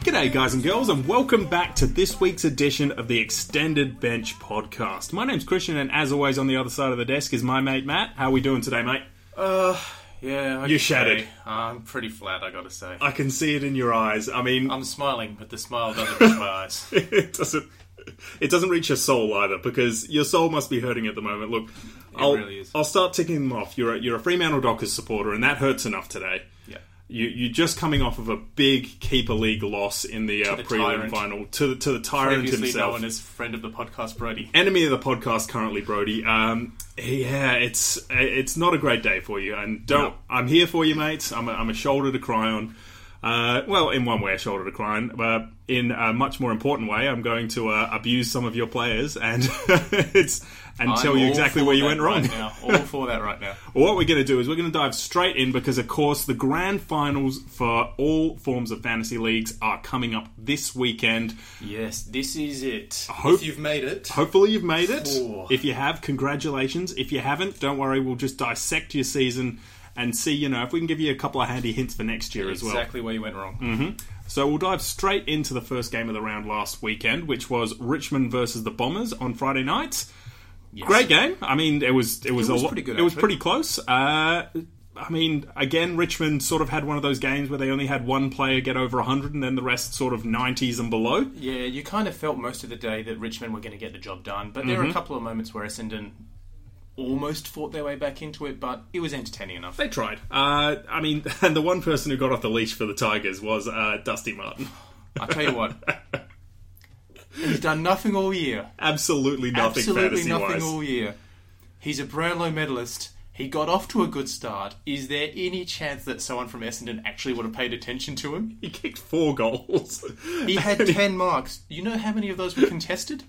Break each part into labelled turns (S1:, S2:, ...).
S1: G'day, guys and girls, and welcome back to this week's edition of the Extended Bench Podcast. My name's Christian, and as always, on the other side of the desk is my mate Matt. How are we doing today, mate?
S2: Uh, yeah. okay.
S1: You're shattered.
S2: I'm pretty flat, I gotta say.
S1: I can see it in your eyes. I mean,
S2: I'm smiling, but the smile doesn't reach my eyes.
S1: it doesn't. It doesn't reach your soul either, because your soul must be hurting at the moment. Look, I'll,
S2: really is.
S1: I'll start ticking them off. You're a, you're a Fremantle Dockers supporter, and that hurts enough today.
S2: Yeah.
S1: You, you're just coming off of a big keeper league loss in the, uh,
S2: the
S1: prelim
S2: tyrant.
S1: final to the, to the tyrant
S2: Previously
S1: himself.
S2: known as friend of the podcast, Brody.
S1: enemy of the podcast currently, Brody. Um, yeah, it's it's not a great day for you, and don't.
S2: No.
S1: I'm here for you, mates. I'm a, I'm a shoulder to cry on. Uh, well, in one way, a shoulder to cry on, but in a much more important way, I'm going to uh, abuse some of your players and it's and
S2: I'm
S1: tell you
S2: all
S1: exactly
S2: for
S1: where you
S2: that
S1: went wrong.
S2: Right now. All for that right now.
S1: Well, what we're going to do is we're going to dive straight in because, of course, the grand finals for all forms of fantasy leagues are coming up this weekend.
S2: Yes, this is it.
S1: hope-
S2: if you've made it,
S1: Hopefully, you've made it.
S2: Four.
S1: If you have, congratulations. If you haven't, don't worry. We'll just dissect your season and see, you know, if we can give you a couple of handy hints for next year as well. Mm-hmm.
S2: exactly where you went wrong.
S1: So we'll dive straight into the first game of the round last weekend, which was Richmond versus the Bombers on Friday night. Great game. I mean, it was it was,
S2: was
S1: a lo-
S2: pretty good,
S1: It was
S2: actually.
S1: pretty close. Uh, I mean, again, Richmond sort of had one of those games where they only had one player get over 100 and then the rest sort of 90s and below.
S2: Yeah, you kind of felt most of the day that Richmond were going to get the job done, but
S1: Mm-hmm.
S2: there were a couple of moments where Essendon almost fought their way back into it, but it was entertaining enough.
S1: They tried. Uh, I mean, and the one person who got off the leash for the Tigers was uh, Dusty Martin.
S2: I tell you what, he's done nothing all year.
S1: Absolutely nothing
S2: absolutely
S1: fantasy
S2: nothing
S1: wise.
S2: all year. He's a Brownlow medalist. He got off to a good start. Is there any chance that someone from Essendon actually would have paid attention to him?
S1: He kicked four goals.
S2: He had 10 marks. You know how many of those were contested?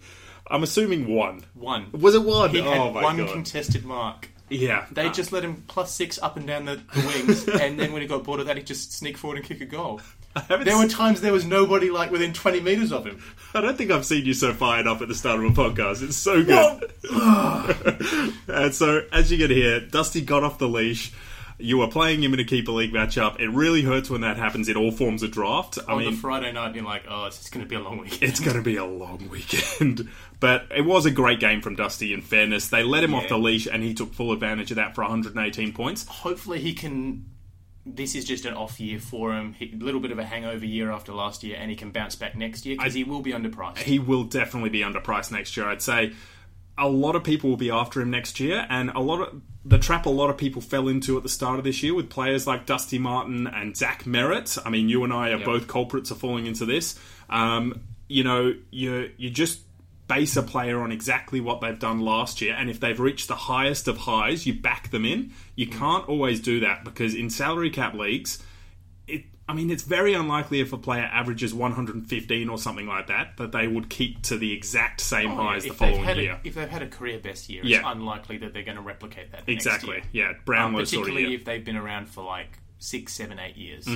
S1: I'm assuming one.
S2: One.
S1: Was it one?
S2: He had
S1: oh
S2: one
S1: my god.
S2: contested mark.
S1: yeah.
S2: They
S1: Uh,
S2: just let him plus six up and down the, the wings, and then when he got bored of that, he just sneaked forward and kicked a goal.
S1: I, haven't
S2: There were
S1: s-
S2: times there was nobody like within 20 metres of him.
S1: I don't think I've seen you so fired up at the start of a podcast. It's so good. and so, as you can hear, Dusty got off the leash. You were playing him in a keeper league matchup. It really hurts when that happens in all forms of draft. I
S2: On
S1: mean,
S2: the Friday night, being like, oh, it's going to be a long weekend.
S1: it's going to be a long weekend. But it was a great game from Dusty, in fairness. They let him off
S2: Yeah.
S1: the leash, and he took full advantage of that for 118 points.
S2: hopefully he can. This is just an off year for him. A little bit of a hangover year after last year, and he can bounce back next year because he will be underpriced.
S1: He will definitely be underpriced next year, I'd say. A lot of people will be after him next year, and a lot of the trap a lot of people fell into at the start of this year with players like Dusty Martin and Zach Merritt. I mean, you and I are both culprits of falling into this. Um, you know, you you just base a player on exactly what they've done last year, and if they've reached the highest of highs, you back them in. You can't always do that because in salary cap leagues, it, I mean, it's very unlikely if a player averages 115 or something like that that they would keep to the exact same highs the
S2: Oh, if, they've
S1: following
S2: had
S1: year.
S2: a, if they've had a career best year, it's
S1: Yeah.
S2: unlikely that they're going to replicate that.
S1: exactly.
S2: Next year. Um,
S1: Yeah, Mm-hmm. Brownlow sort of
S2: Particularly
S1: year.
S2: if they've been around for like six, seven, eight years.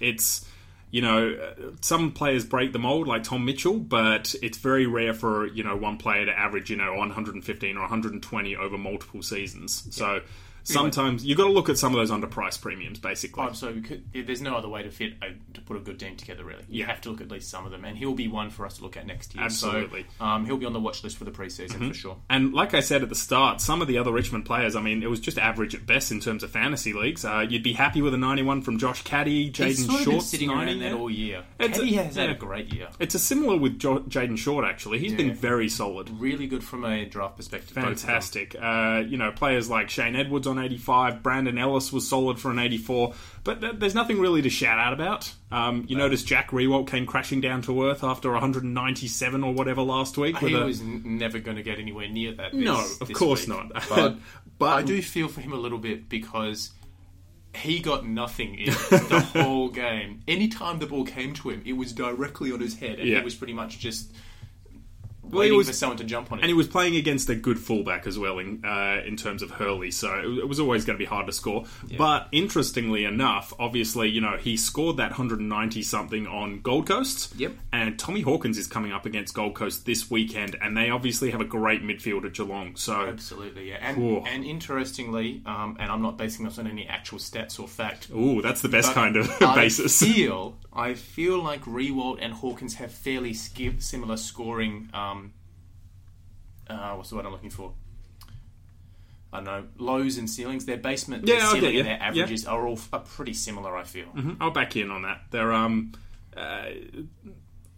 S1: It's you know uh, some players break the mold like Tom Mitchell, but it's very rare for you know one player to average you know 115 or 120 over multiple seasons. So. Sometimes you've got to look at some of those underpriced premiums, basically.
S2: Um, So we could- there's no other way to fit a, to put a good team together. Really, you
S1: Yeah.
S2: have to look at least some of them, and he'll be one for us to look at next year. So,
S1: Absolutely. Mm-hmm.
S2: um, he'll be on the watch list for the preseason for sure.
S1: And like I said at the start, some of the other Richmond players, I mean, it was just average at best in terms of fantasy leagues. Uh, you'd be happy with a 91 from Josh Caddy,
S2: He's
S1: Jaden
S2: sort of
S1: Short.
S2: been sitting around that all year.
S1: It's-
S2: Teddy has had
S1: yeah.
S2: a great year.
S1: It's a similar with jo- Jaden Short, actually. He's
S2: Yeah.
S1: been very solid.
S2: Really good from a draft perspective. both of them.
S1: Fantastic. Uh, you know, players like Shane Edwards on 85, Brandon Ellis was solid for an 84, but th- there's nothing really to shout out about. Um, you notice Jack Rewalt came crashing down to earth after 197 or whatever last week. with
S2: Uh, He
S1: a-
S2: was n- never going to get anywhere near that. This,
S1: no, of
S2: this
S1: course
S2: week.
S1: not.
S2: But
S1: But-
S2: I do feel for him a little bit because he got nothing in the whole game. Anytime the ball came to him, it was directly on his head, and
S1: Yeah.
S2: he was pretty much just waiting
S1: was-
S2: for someone to jump on it.
S1: And he was playing against a good fullback as well in uh, in terms of Hurley, so it- it was always going to be hard to score. But interestingly enough, obviously, you know, he scored that 190 something on Gold Coast.
S2: Yep.
S1: And Tommy Hawkins is coming up against Gold Coast this weekend, and they obviously have a great midfield at Geelong. So,
S2: Absolutely, yeah. And,
S1: Cool.
S2: and interestingly, um, and I'm not basing this on any actual stats or fact.
S1: ooh, that's the best kind of
S2: I
S1: basis.
S2: Feel, I feel like Rewald and Hawkins have fairly sk- similar scoring. Um, uh, what's the word I'm looking for? I don't know lows and ceilings. Their basement,
S1: Yeah,
S2: their
S1: I'll get
S2: ceiling,
S1: you.
S2: and their
S1: Yeah. Mm-hmm.
S2: averages are all f- are pretty similar. I feel.
S1: I'll back in on that. They're um, uh,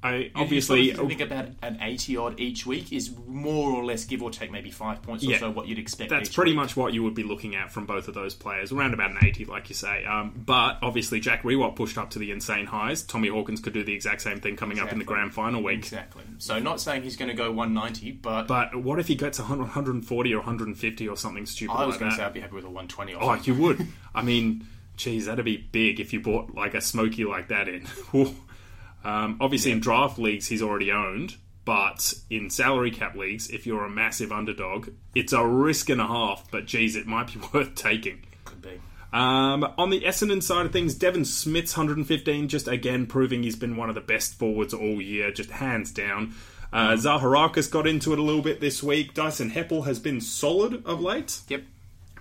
S1: I obviously.
S2: Obviously,
S1: oh
S2: I think about an eighty odd each week is more or less give or take maybe five points
S1: Yeah.
S2: or so what you'd expect.
S1: That's
S2: each
S1: pretty
S2: week.
S1: much what you would be looking at from both of those players, around about an 80, like you say. Um, but obviously, Jack Rewalt pushed up to the insane highs. Tommy Hawkins could do the exact same thing coming up in the
S2: Exactly.
S1: grand final week.
S2: exactly. So not saying he's going to go one ninety, but,
S1: But what if he gets 100, 140 or 150 or something stupid
S2: I was
S1: like
S2: going to
S1: that?
S2: say I'd be happy with a one twenty.
S1: oh, you would. I mean, geez, that'd be big if you bought like a smoky like that in. um, obviously, in draft leagues, he's already owned. But in salary cap leagues, if you're a massive underdog, it's a risk and a half. But geez, it might be worth taking.
S2: could be.
S1: Um, on the Essendon side of things, Devon Smith's 115, just again proving he's been one of the best forwards all year, just hands down. Uh, Zaharakis got into it a little bit this week. Dyson Heppel has been solid of late.
S2: Yep.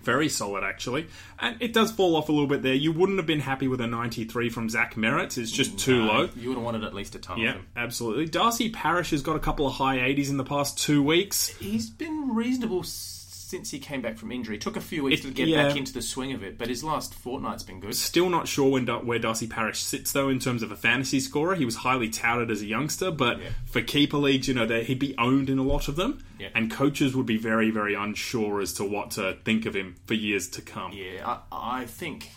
S1: Very solid, actually. And it does fall off a little bit there. You wouldn't have been happy with a 93 from Zach Merritt. It's just too low.
S2: Uh, You would have wanted at least a ton of
S1: Yeah,
S2: them.
S1: absolutely. Darcy Parish has got a couple of high 80s in the past two weeks.
S2: He's been reasonable s- since he came back from injury. Took a few weeks to get
S1: yeah.
S2: back into the swing of it, but his last fortnight's been good.
S1: Still not sure when, where Darcy Parish sits though in terms of a fantasy scorer. He was highly touted as a youngster, but
S2: Yeah.
S1: for keeper leagues, you know, they- he'd be owned in a lot of them,
S2: Yeah.
S1: and coaches would be very, very unsure as to what to think of him for years to come.
S2: Yeah, I, I think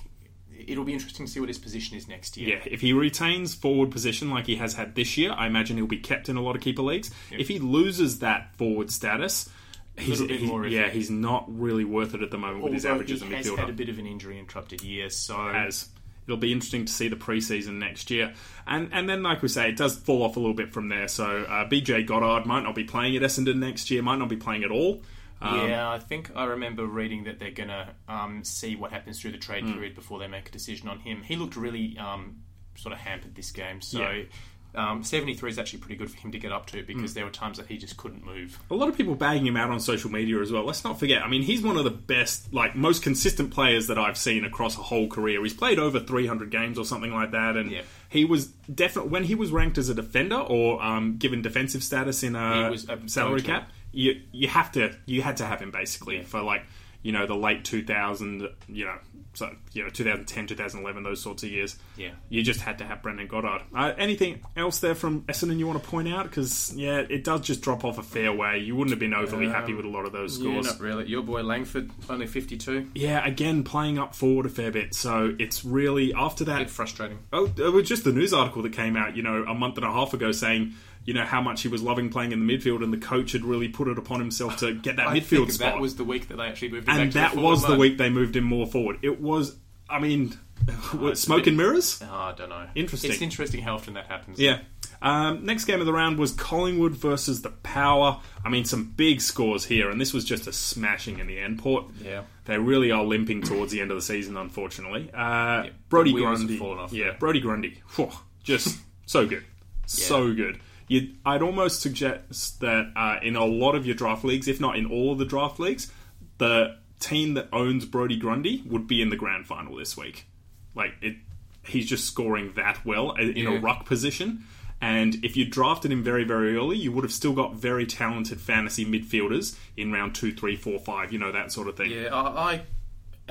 S2: it'll be interesting to see what his position is next year.
S1: Yeah, if he retains forward position like he has had this year, I imagine he'll be kept in a lot of keeper leagues. If he loses that forward status, he's,
S2: Little bit
S1: he-
S2: more iffy.
S1: yeah, he's not really worth it at the moment with his
S2: Although
S1: averages
S2: he
S1: and
S2: has had a
S1: midfielder.
S2: bit of an injury interrupted year, so
S1: Has. It'll be interesting to see the preseason next year, and and then like we say, it does fall off a little bit from there. So uh, BJ Goddard might not be playing at Essendon next year, might not be playing at all. Uh, um,
S2: yeah, I think I remember reading that they're gonna um, see what happens through the trade
S1: Hmm.
S2: period before they make a decision on him. He looked really um, sort of hampered this game, so.
S1: Yeah. Hmm.
S2: Um, 73 is actually pretty good for him to get up to because there were times that he just couldn't move.
S1: a lot of people bagging him out on social media as well. Let's not forget. I mean, he's one of the best, like most consistent players that I've seen across a whole career. He's played over 300 games or something like that, and
S2: Yeah.
S1: he was definitely when he was ranked as a defender or um, given defensive status in a,
S2: He was a
S1: salary
S2: go-to.
S1: cap. You you have to you had to have him basically for like you know the late 2000 you know so you know 2010 2011 those sorts of years.
S2: Yeah.
S1: You just had to have Brendan Goddard. Uh, anything else there from Essendon you want to point out? Because yeah, it does just drop off a fair way. You wouldn't have been overly happy with a lot of those scores.
S2: Um, Yeah, not really. Your boy Langford, only 52.
S1: Yeah, again playing up forward a fair bit. So it's really after that.
S2: Bit frustrating.
S1: Oh, it was just the news article that came out, you know, a month and a half ago saying, you know, how much he was loving playing in the midfield, and the coach had really put it upon himself to get that
S2: I
S1: midfield
S2: think
S1: spot.
S2: that was the week that they actually moved him
S1: and
S2: back
S1: that
S2: to the
S1: was
S2: forward
S1: the
S2: line.
S1: week they moved him more forward. It was, I mean, what,
S2: it's a
S1: smoke
S2: bit-
S1: and mirrors.
S2: Oh, I don't know.
S1: Interesting.
S2: It's interesting how often that happens.
S1: Yeah. Um, next game of the round was Collingwood versus the Power. I mean, some big scores here, and this was just a smashing in the end. Port,
S2: Yeah.
S1: they really are limping towards the end of the season, unfortunately. Uh, Brody
S2: wheels have
S1: Grundy,
S2: fallen off
S1: yeah,
S2: there.
S1: Brody Grundy, Phew, just so good, so good. You'd, I'd almost suggest that uh, in a lot of your draft leagues, if not in all of the draft leagues, the team that owns Brody Grundy would be in the grand final this week. Like it, he's just scoring that well in in a
S2: Yeah.
S1: ruck position. And if you drafted him very, very early, you would have still got very talented fantasy midfielders in round two, three, four, five. You know that sort of thing.
S2: Yeah, I, I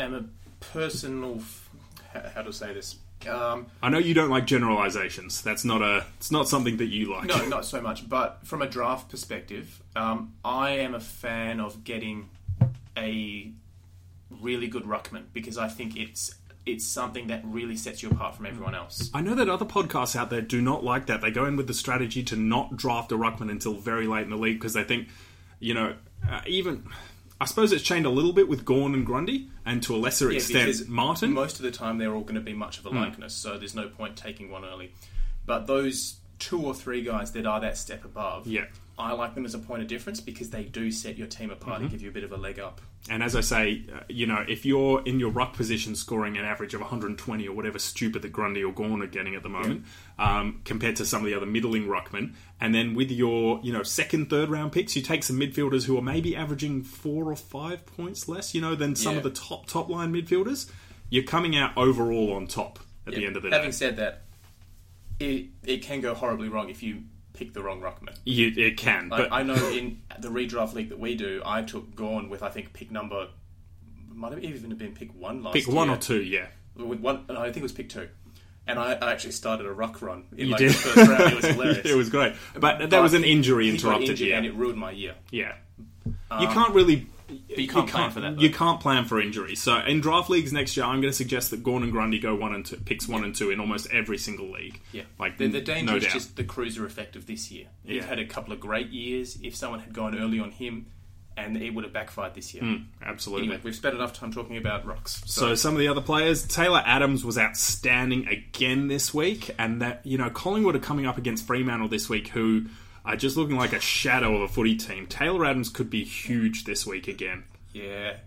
S2: am a personal. F- how, how to say this? Um,
S1: I know you don't like generalizations. That's not a. It's not something that you like.
S2: no, not so much. But from a draft perspective, um, I am a fan of getting a really good ruckman because I think it's it's something that really sets you apart from everyone else.
S1: I know that other podcasts out there do not like that. They go in with the strategy to not draft a ruckman until very late in the league because they think, you know, uh, even. I suppose it's changed a little bit with Gorn and Grundy, and to a lesser extent
S2: because
S1: Martin. Hmm.
S2: Most of the time, they're all going to be much of a likeness, so there's no point taking one early. But those two or three guys that are that step above.
S1: Yeah.
S2: I like them as a point of difference because they do set your team apart
S1: Mm-hmm.
S2: and give you a bit of a leg up.
S1: And as I say, uh, you know, if you're in your ruck position scoring an average of 120 or whatever stupid the Grundy or Gorn are getting at the moment, um, compared to some of the other middling ruckmen, and then with your, you know, second, third round picks, you take some midfielders who are maybe averaging four or five points less, you know, than some
S2: Yeah.
S1: of the top, top line midfielders, you're coming out overall on top at the end of the day.
S2: Having said that, it it can go horribly wrong if you pick the wrong ruckman.
S1: You, it can.
S2: Like
S1: but
S2: I know in the redraft league that we do, I took Gorn with I think pick number might have even been pick one last
S1: pick one
S2: year.
S1: or two, yeah.
S2: with one, no, I think it was pick two. And I, I actually started a ruck run in like
S1: did.
S2: the first round. It was hilarious.
S1: It was great. But there
S2: But
S1: was an injury
S2: he got
S1: interrupted,
S2: injured
S1: yeah.
S2: and it ruined my year.
S1: Yeah. you can't really.
S2: Um, you can't plan for that, though.
S1: You can't plan for injuries. So in draft leagues next year, I'm going to suggest that Gorn and Grundy go one and two, picks one and two in almost every single league.
S2: Yeah,
S1: like
S2: the, the danger
S1: no
S2: is
S1: doubt.
S2: just the cruiser effect of this year. You've
S1: Yeah.
S2: had a couple of great years. If someone had gone early on him, and it would have backfired this year.
S1: Hmm. absolutely.
S2: Anyway, we've spent enough time talking about rocks. So,
S1: So some of the other players, Taylor Adams was outstanding again this week, and that you know Collingwood are coming up against Fremantle this week, who are just looking like a shadow of a footy team. Taylor Adams could be huge this week again.
S2: yeah,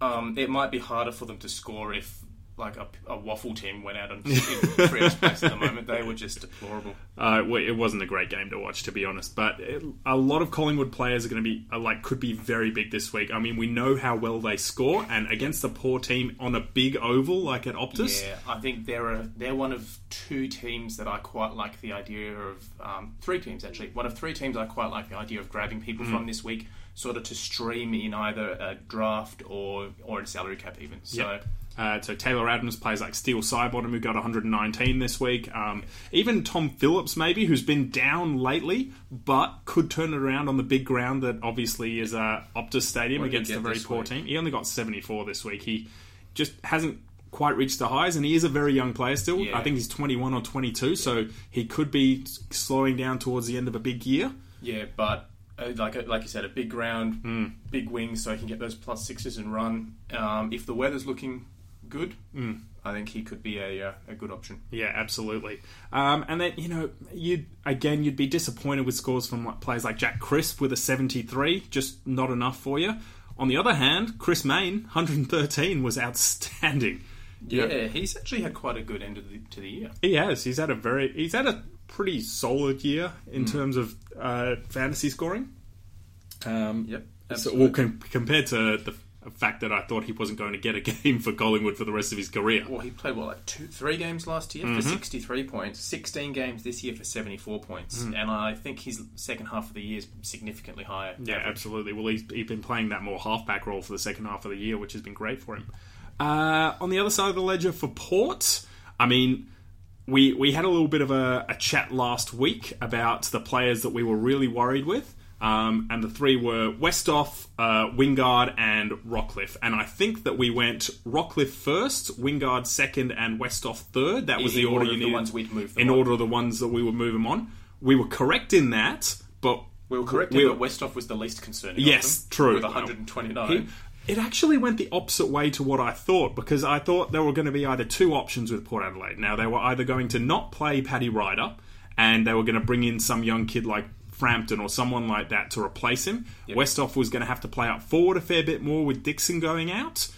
S2: um, it might be harder for them to score if like a, a waffle team went out on Frio's place at the moment. They were just deplorable.
S1: Uh, well, it wasn't a great game to watch, to be honest. But it, a lot of Collingwood players are going to be are like could be very big this week. I mean, we know how well they score, and against a poor team on a big oval like at Optus,
S2: Yeah, I think they're a, they're one of two teams that I quite like the idea of. Um, three teams actually. One of three teams I quite like the idea of grabbing people
S1: Hmm.
S2: from this week, sort of to stream in either a draft or or in salary cap even. So
S1: Yep. Uh, so Taylor Adams plays like Steel Sidebottom, who got 119 this week. Um, even Tom Phillips, maybe, who's been down lately, but could turn it around on the big ground that obviously is uh, Optus Stadium
S2: did he
S1: against a
S2: get
S1: very
S2: this
S1: poor
S2: week?
S1: team. He only got 74 this week. He just hasn't quite reached the highs, and he is a very young player still.
S2: Yeah.
S1: I think he's 21 or 22, so he could be s- slowing down towards the end of a big year.
S2: yeah, but uh, like like you said, a big ground,
S1: Hmm.
S2: big wings, so he can get those plus sixes and run. Um, if the weather's looking good,
S1: Hmm.
S2: I think he could be a uh, a good option.
S1: Yeah, absolutely. Um, and then you know, you again, you'd be disappointed with scores from like, players like Jack Crisp with a 73, just not enough for you. On the other hand, Chris Main, 113, was outstanding. You
S2: Yeah,
S1: know,
S2: he's actually had quite a good end of the, to the year.
S1: he has. He's had a very, he's had a pretty solid year in terms of uh, fantasy scoring. Um,
S2: Yep,
S1: so, well, com- compared to the fact that I thought he wasn't going to get a game for Collingwood for the rest of his career.
S2: Well, he played what like two, three games last year
S1: Mm-hmm.
S2: for sixty-three points, sixteen games this year for seventy-four points,
S1: Mm.
S2: and I think his second half of the year is significantly higher.
S1: Yeah, absolutely. Well, he's, he's been playing that more halfback role for the second half of the year, which has been great for him. Uh, on the other side of the ledger for Port, I mean, we we had a little bit of a, a chat last week about the players that we were really worried with. Um, and the three were Westoff, uh, Wingard, and Rockcliffe. And I think that we went Rockcliffe first, Wingard second, and Westoff third. That was
S2: In
S1: the order,
S2: order of
S1: you
S2: the
S1: needed.
S2: ones we'd move them
S1: in
S2: on.
S1: order of the ones that we would move them on. We were correct in that, but
S2: We were correct
S1: we-
S2: in that Westhoff was the least concerning.
S1: Yes,
S2: of them,
S1: true.
S2: With one hundred and
S1: it,
S2: twenty-nine.
S1: it actually went the opposite way to what I thought because I thought there were going to be either two options with Port Adelaide. Now they were either going to not play Paddy Ryder and they were going to bring in some young kid like Frampton or someone like that to replace him. Westhoff was going to have to play up forward a fair bit more with Dixon going out.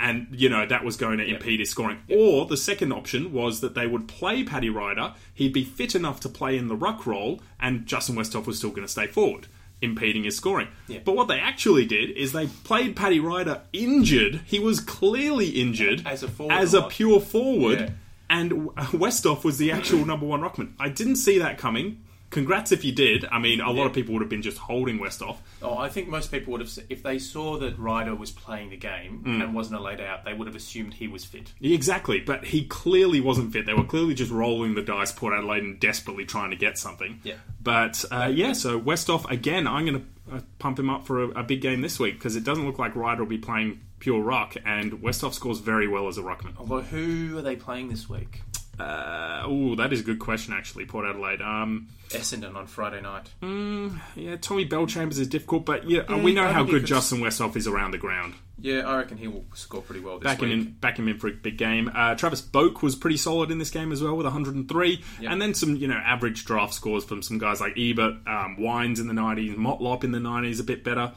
S1: And you know that was going to impede his scoring. Or the second option was that they would play Paddy Ryder. He'd be fit enough to play in the ruck role, and Justin Westhoff was still going to stay forward, impeding his scoring.
S2: Yeah.
S1: But what they actually did is they played Paddy Ryder injured. He was clearly injured
S2: As a forward
S1: as
S2: or
S1: a
S2: not.
S1: pure forward,
S2: Yeah.
S1: and W- Westhoff was the actual number one ruckman. I didn't see that coming. Congrats if you did. I mean, a lot of people would have been just holding Westhoff.
S2: Oh, I think most people would have, s- if they saw that Ryder was playing the game
S1: Mm.
S2: and wasn't laid out, they would have assumed he was fit.
S1: Exactly, but he clearly wasn't fit. They were clearly just rolling the dice, Port Adelaide, and desperately trying to get something.
S2: Yeah.
S1: But uh, yeah, so Westhoff again. I'm going to uh, pump him up for a, a big game this week because it doesn't look like Ryder will be playing pure ruck, and Westhoff scores very well as a ruckman.
S2: Although, who are they playing this week?
S1: Uh, oh, that is a good question, actually, Port Adelaide. Um,
S2: Essendon on Friday night.
S1: Mm. yeah, Tommy Bell Chambers is difficult, but yeah, we know
S2: I
S1: how
S2: think
S1: good
S2: it's-
S1: Justin Westhoff is around the ground.
S2: Yeah, I reckon he will score pretty well this
S1: Back him
S2: week.
S1: in, back him in for a big game. Uh, Travis Boak was pretty solid in this game as well with 103, and then some you know average draft scores from some guys like Ebert, um, Wines in the 90s, Motlop in the 90s, a bit better.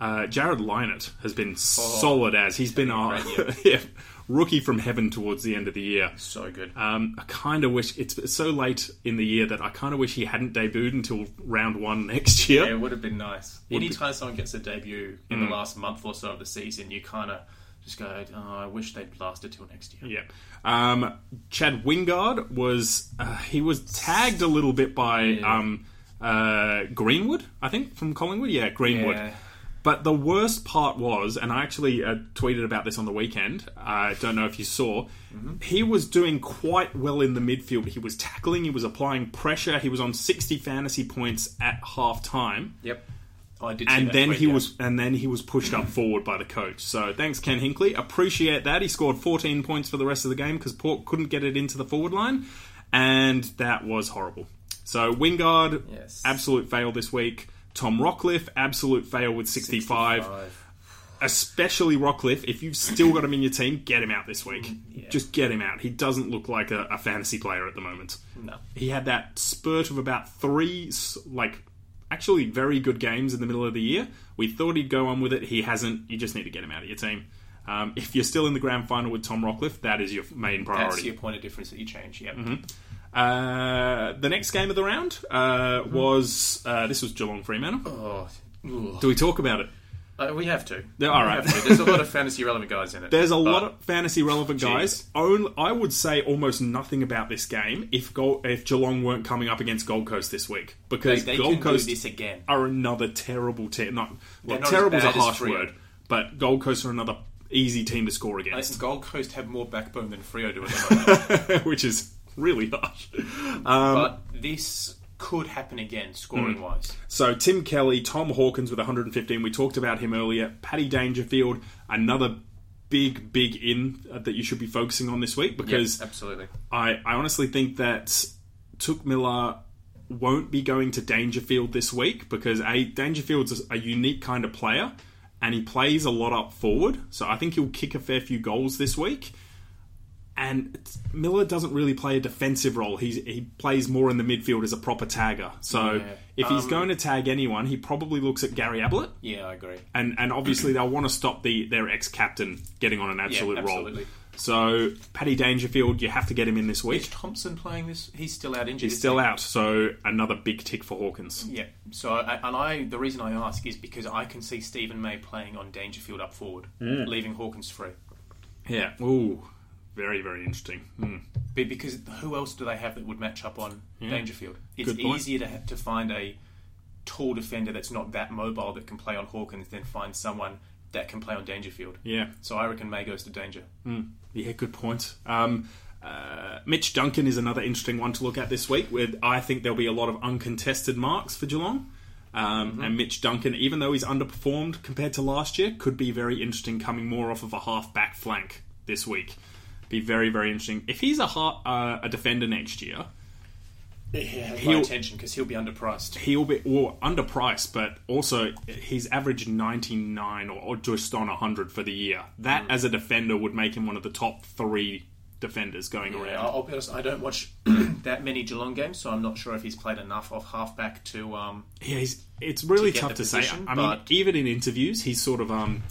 S1: Uh, Jared Lynott has been solid as he's been our yeah, rookie from heaven towards the end of the year.
S2: So good.
S1: Um, I kind of wish it's so late in the year that I kind of wish he hadn't debuted until round one next year.
S2: Yeah, it would Mm. have been nice. Anytime someone gets a debut in the last month or so of the season, you kind of just go, oh, I wish they'd lasted till next year.
S1: Yeah. Um, Chad Wingard was uh, he was tagged a little bit by um, uh, Greenwood, I think, from Collingwood. Yeah, Greenwood.
S2: Yeah.
S1: But the worst part was, and I actually uh, tweeted about this on the weekend. I don't know if you saw.
S2: Mm-hmm.
S1: He was doing quite well in the midfield. He was tackling. He was applying pressure. He was on sixty fantasy points at half time.
S2: Yep. Oh, I did see
S1: and
S2: that
S1: then
S2: tweet,
S1: he
S2: yeah.
S1: was and then he was pushed up forward by the coach. So thanks Ken Hinkley, appreciate that. He scored 14 points for the rest of the game because Port couldn't get it into the forward line, and that was horrible. So Wingard,
S2: Yes.
S1: absolute fail this week. Tom Rockcliffe, absolute fail with 65.
S2: Five.
S1: Especially Rockcliffe, if you've still got him in your team, get him out this week. Just get him out. He doesn't look like a, a fantasy player at the moment
S2: No.
S1: he had that spurt of about three s- like actually very good games in the middle of the year we thought he'd go on with it he hasn't you just need to get him out of your team um, if you're still in the grand final with tom rockcliffe that is your main
S2: That's
S1: priority
S2: your point of difference that you change, yeah.
S1: uh, the next game of the round uh, was uh, this was geelong fremantle
S2: Mm-hmm. Oh, ugh.
S1: do we talk about it
S2: Uh, we have to.
S1: Yeah, all
S2: We
S1: right.
S2: have to. There's a lot of fantasy relevant guys in it.
S1: There's a
S2: But
S1: lot of fantasy relevant guys. Only, I would say almost nothing about this game if Gol if Geelong weren't coming up against Gold Coast this week
S2: they,
S1: because
S2: they
S1: Gold
S2: can
S1: Coast
S2: do this again.
S1: are another terrible team. Not well,
S2: not as
S1: terrible is a
S2: bad as
S1: harsh
S2: Freo.
S1: word, but Gold Coast are another easy team to score
S2: I
S1: against,
S2: think Gold Coast have more backbone than Frio do at the moment.
S1: which is really harsh.
S2: but this could happen again, scoring wise.
S1: So Tim Kelly, Tom Hawkins with 115. We talked about him earlier. Paddy Dangerfield, another big, big in uh, that you should be focusing on this week because
S2: Absolutely.
S1: I, I honestly think that Took Miller won't be going to Dangerfield this week because a Dangerfield's a unique kind of player and he plays a lot up forward. So I think he'll kick a fair few goals this week. And it's- Miller doesn't really play a defensive role. He's, he plays more in the midfield as a proper tagger. So
S2: Yeah.
S1: if he's going to tag anyone, he probably looks at Gary Ablett.
S2: Yeah, I agree.
S1: And, and obviously, they'll want to stop the their ex captain getting on an absolute roll.
S2: absolutely.
S1: So, Paddy Dangerfield, you have to get him in this week.
S2: Is Thompson playing this? He's still out injured.
S1: He's still out, so another big tick for Hawkins.
S2: Yeah. So, I, and I, the reason I ask is because I can see Stephen May playing on Dangerfield up forward,
S1: Mm.
S2: leaving Hawkins free.
S1: Yeah. Ooh, very very interesting. Hmm.
S2: Be- Because who else do they have that would match up on Dangerfield? It's
S1: Good point.
S2: easier to ha- to find a tall defender that's not that mobile that can play on Hawkins than find someone that can play on Dangerfield.
S1: Yeah.
S2: So I reckon May goes to danger.
S1: Yeah. Good point. Um, uh, Mitch Duncan is another interesting one to look at this week. Where I think there'll be a lot of uncontested marks for Geelong. Um, And Mitch Duncan, even though he's underperformed compared to last year, could be very interesting coming more off of a half back flank this week. Be very very interesting if he's a ha- uh, a defender next year.
S2: Yeah,
S1: He'll-
S2: he'll, attention because he'll be underpriced.
S1: he'll be well underpriced, but also he's averaged 99 or, or just on 100 for the year. That as a defender would make him one of the top three defenders going
S2: Yeah,
S1: around.
S2: I'll I'll be honest. I don't watch that many Geelong games, so I'm not sure if he's played enough of halfback to. Um,
S1: Yeah, he's, it's really
S2: get
S1: tough
S2: the
S1: to
S2: position,
S1: say. I mean,
S2: but-
S1: even in interviews, he's sort of um.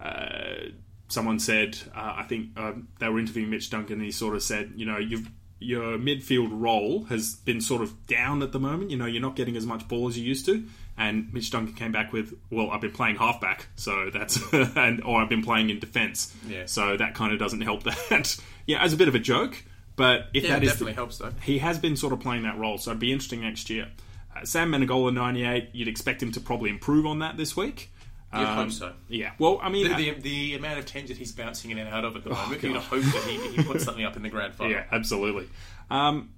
S1: Uh, someone said, uh, I think um they were interviewing Mitch Duncan, and he sort of said, you know, you've. Your midfield role has been sort of down at the moment. You know, you're not getting as much ball as you used to. And Mitch Duncan came back with, "Well, I've been playing halfback, so that's and or I've been playing in defence,
S2: Yeah.
S1: so that kind of doesn't help that." yeah, as a bit of a joke, but if
S2: yeah,
S1: that
S2: it
S1: is
S2: definitely
S1: the,
S2: helps though.
S1: he has been sort of playing that role, so it'd be interesting next year. Uh, Sam Menegola, 98, you'd expect him to probably improve on that this week.
S2: You'd
S1: Um,
S2: hope so.
S1: Yeah, well, I mean,
S2: The, the, the amount of teams that he's bouncing in and out of at the moment, you'd hope that he, he puts something up in the grand final.
S1: yeah, absolutely. Um,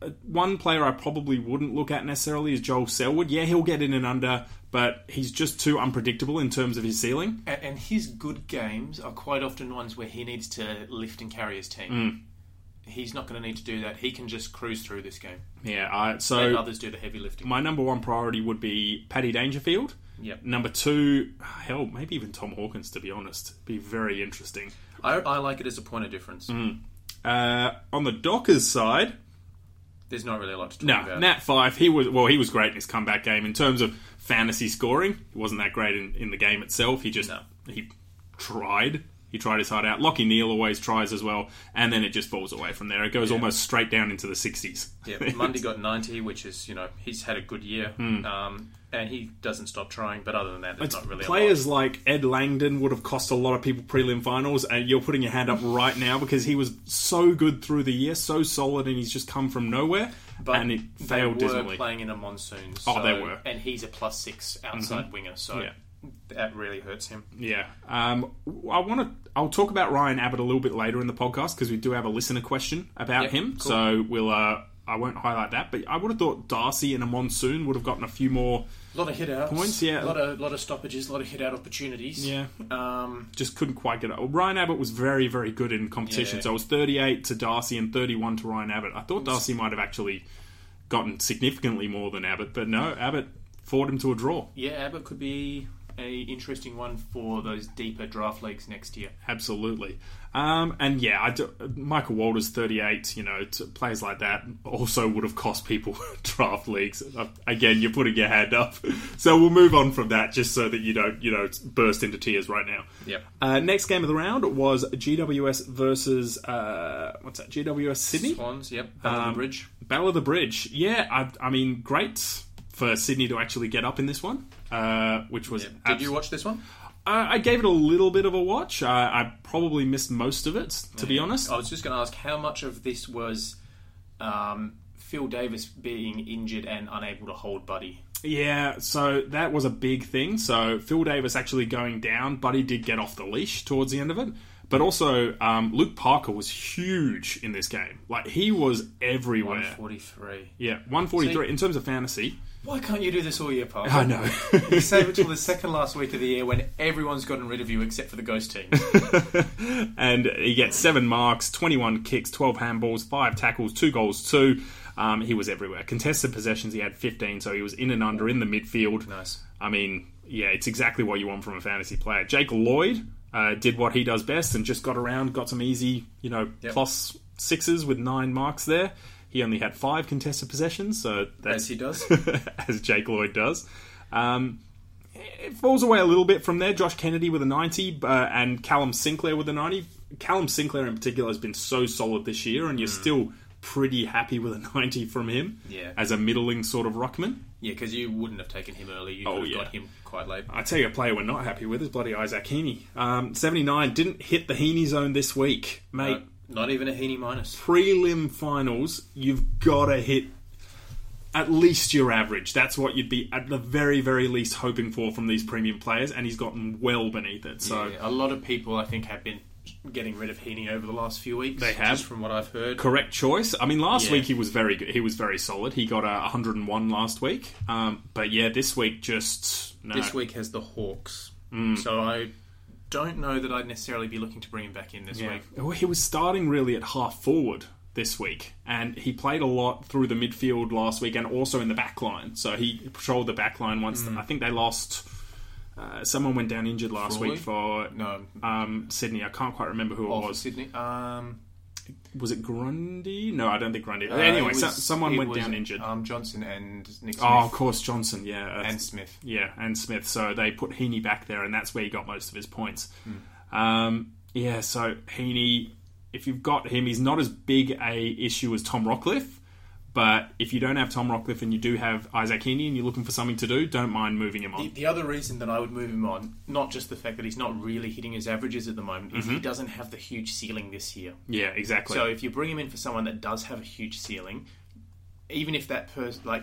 S1: uh, one player I probably wouldn't look at necessarily is Joel Selwood. Yeah, he'll get in and under, but he's just too unpredictable in terms of his ceiling.
S2: And, and his good games are quite often ones where he needs to lift and carry his team.
S1: Mm.
S2: he's not going to need to do that. He can just cruise through this game.
S1: Yeah, I,
S2: Let
S1: so
S2: others do the heavy lifting.
S1: my number one priority would be Paddy Dangerfield.
S2: Yep.
S1: Number two, hell, maybe even Tom Hawkins. To be honest, be very interesting.
S2: I, I like it as a point of difference.
S1: Mm. Uh, on the Dockers side,
S2: There's not really a lot to talk
S1: no,
S2: about.
S1: Nat Five. He was well. He was great in his comeback game in terms of fantasy scoring. He wasn't that great in, in the game itself. He just
S2: No.
S1: he tried. He tried his heart out. Lockie Neal always tries as well, and then it just falls away from there. It goes almost straight down into the sixties.
S2: Yeah, Mundy got 90, which is, you know, he's had a good year.
S1: Mm.
S2: Um, and he doesn't stop trying, but other than that, there's not really
S1: Players like Ed Langdon would have cost a lot of people prelim finals, and you're putting your hand up right now because he was so good through the year, so solid, and he's just come from nowhere,
S2: a lot. But
S1: and it
S2: they
S1: failed
S2: were
S1: dismally.
S2: playing in a monsoon.
S1: Oh,
S2: so-
S1: they were. Mm-hmm.
S2: And he's a plus six outside winger, so
S1: Yeah.
S2: that really hurts him.
S1: Yeah. Um, I want to. I'll talk about Ryan Abbott a little bit later in the podcast because we do have a listener question about
S2: Yep,
S1: him.
S2: cool.
S1: So we'll. Uh, I won't highlight that, but I would have thought Darcy and a monsoon would have gotten a few more.
S2: A lot of hit outs.
S1: Points, yeah.
S2: A lot of, lot of stoppages, a lot of hit out opportunities.
S1: Yeah.
S2: Um,
S1: Just couldn't quite get it. Ryan Abbott was very, very good in competition.
S2: Yeah.
S1: So it was 38 to Darcy and 31 to Ryan Abbott. I thought Darcy might have actually gotten significantly more than Abbott, but no, Abbott fought him to a draw.
S2: yeah, Abbott could be a interesting one for those deeper draft leagues next year.
S1: Absolutely. Um, and yeah, I do, Michael Walters, 38, you know, t players like that also would have cost people draft leagues. Uh, Again, you're putting your hand up. So we'll move on from that just so that you don't, you know, burst into tears right now.
S2: Yep.
S1: Uh, next game of the round was GWS versus, uh, what's that, GWS Sydney?
S2: Swans, yep. Battle
S1: Um,
S2: of the Bridge.
S1: Battle of the Bridge. Yeah, I, I mean, great for Sydney to actually get up in this one, uh, which was
S2: Yep. Did
S1: absolutely.
S2: you watch this one?
S1: Uh, I gave it a little bit of a watch. I, I probably missed most of it, to be honest.
S2: I was just going to ask how much of this was um, Phil Davis being injured and unable to hold Buddy.
S1: Yeah, so that was a big thing. So Phil Davis actually going down. Buddy did get off the leash towards the end of it. But also, um, Luke Parker was huge in this game. Like, he was everywhere.
S2: 43.
S1: Yeah, 143 in terms of fantasy.
S2: Why can't you do this all year, Paul?
S1: I know.
S2: You save it till the second last week of the year when everyone's gotten rid of you except for the ghost team.
S1: and he gets seven marks, 21 kicks, 12 handballs, five tackles, two goals, two. Um, he was everywhere. Contested possessions, he had 15, so he was in and under in the midfield.
S2: Nice.
S1: I mean, yeah, it's exactly what you want from a fantasy player. Jake Lloyd uh, did what he does best and just got around, got some easy, you know,
S2: Yep.
S1: plus sixes with nine marks there. He only had five contested possessions, so that's
S2: As he does.
S1: as Jake Lloyd does. Um, it falls away a little bit from there. Josh Kennedy with a 90 uh, and Callum Sinclair with a 90. Callum Sinclair in particular has been so solid this year, and you're still pretty happy with a 90 from him
S2: Yeah.
S1: as a middling sort of ruckman.
S2: Yeah, because you wouldn't have taken him early. You could
S1: Oh,
S2: have
S1: yeah. Uh,
S2: got him quite late.
S1: I tell you, a player we're not happy with is bloody Isaac Heaney. Um, 79 didn't hit the Heaney zone this week, mate.
S2: Uh, not even a Heaney minus.
S1: Prelim finals, you've got to hit at least your average. That's what you'd be at the very, very least hoping for from these premium players, and he's gotten well beneath it. So,
S2: Yeah, a lot of people, I think, have been getting rid of Heaney over the last few weeks.
S1: They have.
S2: just from what I've heard.
S1: correct choice. I mean, last
S2: Yeah.
S1: week he was very good. He was very solid. He got a 101 last week. Um, but yeah, this week just no.
S2: This week has the Hawks,
S1: Mm.
S2: so I don't know that I'd necessarily be looking to bring him back in this
S1: Yeah.
S2: week.
S1: Well, he was starting really at half forward this week, and he played a lot through the midfield last week and also in the back line. So he patrolled the back line once.
S2: Mm.
S1: I think they lost. Uh, someone went down injured last
S2: Frawley?
S1: week for
S2: No,
S1: um, Sydney. I can't quite remember who
S2: oh,
S1: it
S2: for
S1: was.
S2: Sydney. Um,
S1: Was it Grundy? No, I don't think Grundy.
S2: uh,
S1: anyway,
S2: it
S1: so,
S2: was-
S1: someone
S2: it
S1: went
S2: was,
S1: down injured.
S2: Um, Johnson and Nick Smith
S1: oh, of course, Johnson. Yeah,
S2: and Smith.
S1: Yeah, and Smith. So they put Heaney back there, and that's where he got most of his points. Um, yeah, so Heaney, if you've got him, he's not as big a issue as Tom Rockcliffe. But if you don't have Tom Rockcliffe and you do have Isaac Heaney and you're looking for something to do, don't mind moving him on.
S2: The, the other reason that I would move him on, not just the fact that he's not really hitting his averages at the moment, is he doesn't have the huge ceiling this year.
S1: yeah, exactly.
S2: So if you bring him in for someone that does have a huge ceiling, even if that person like,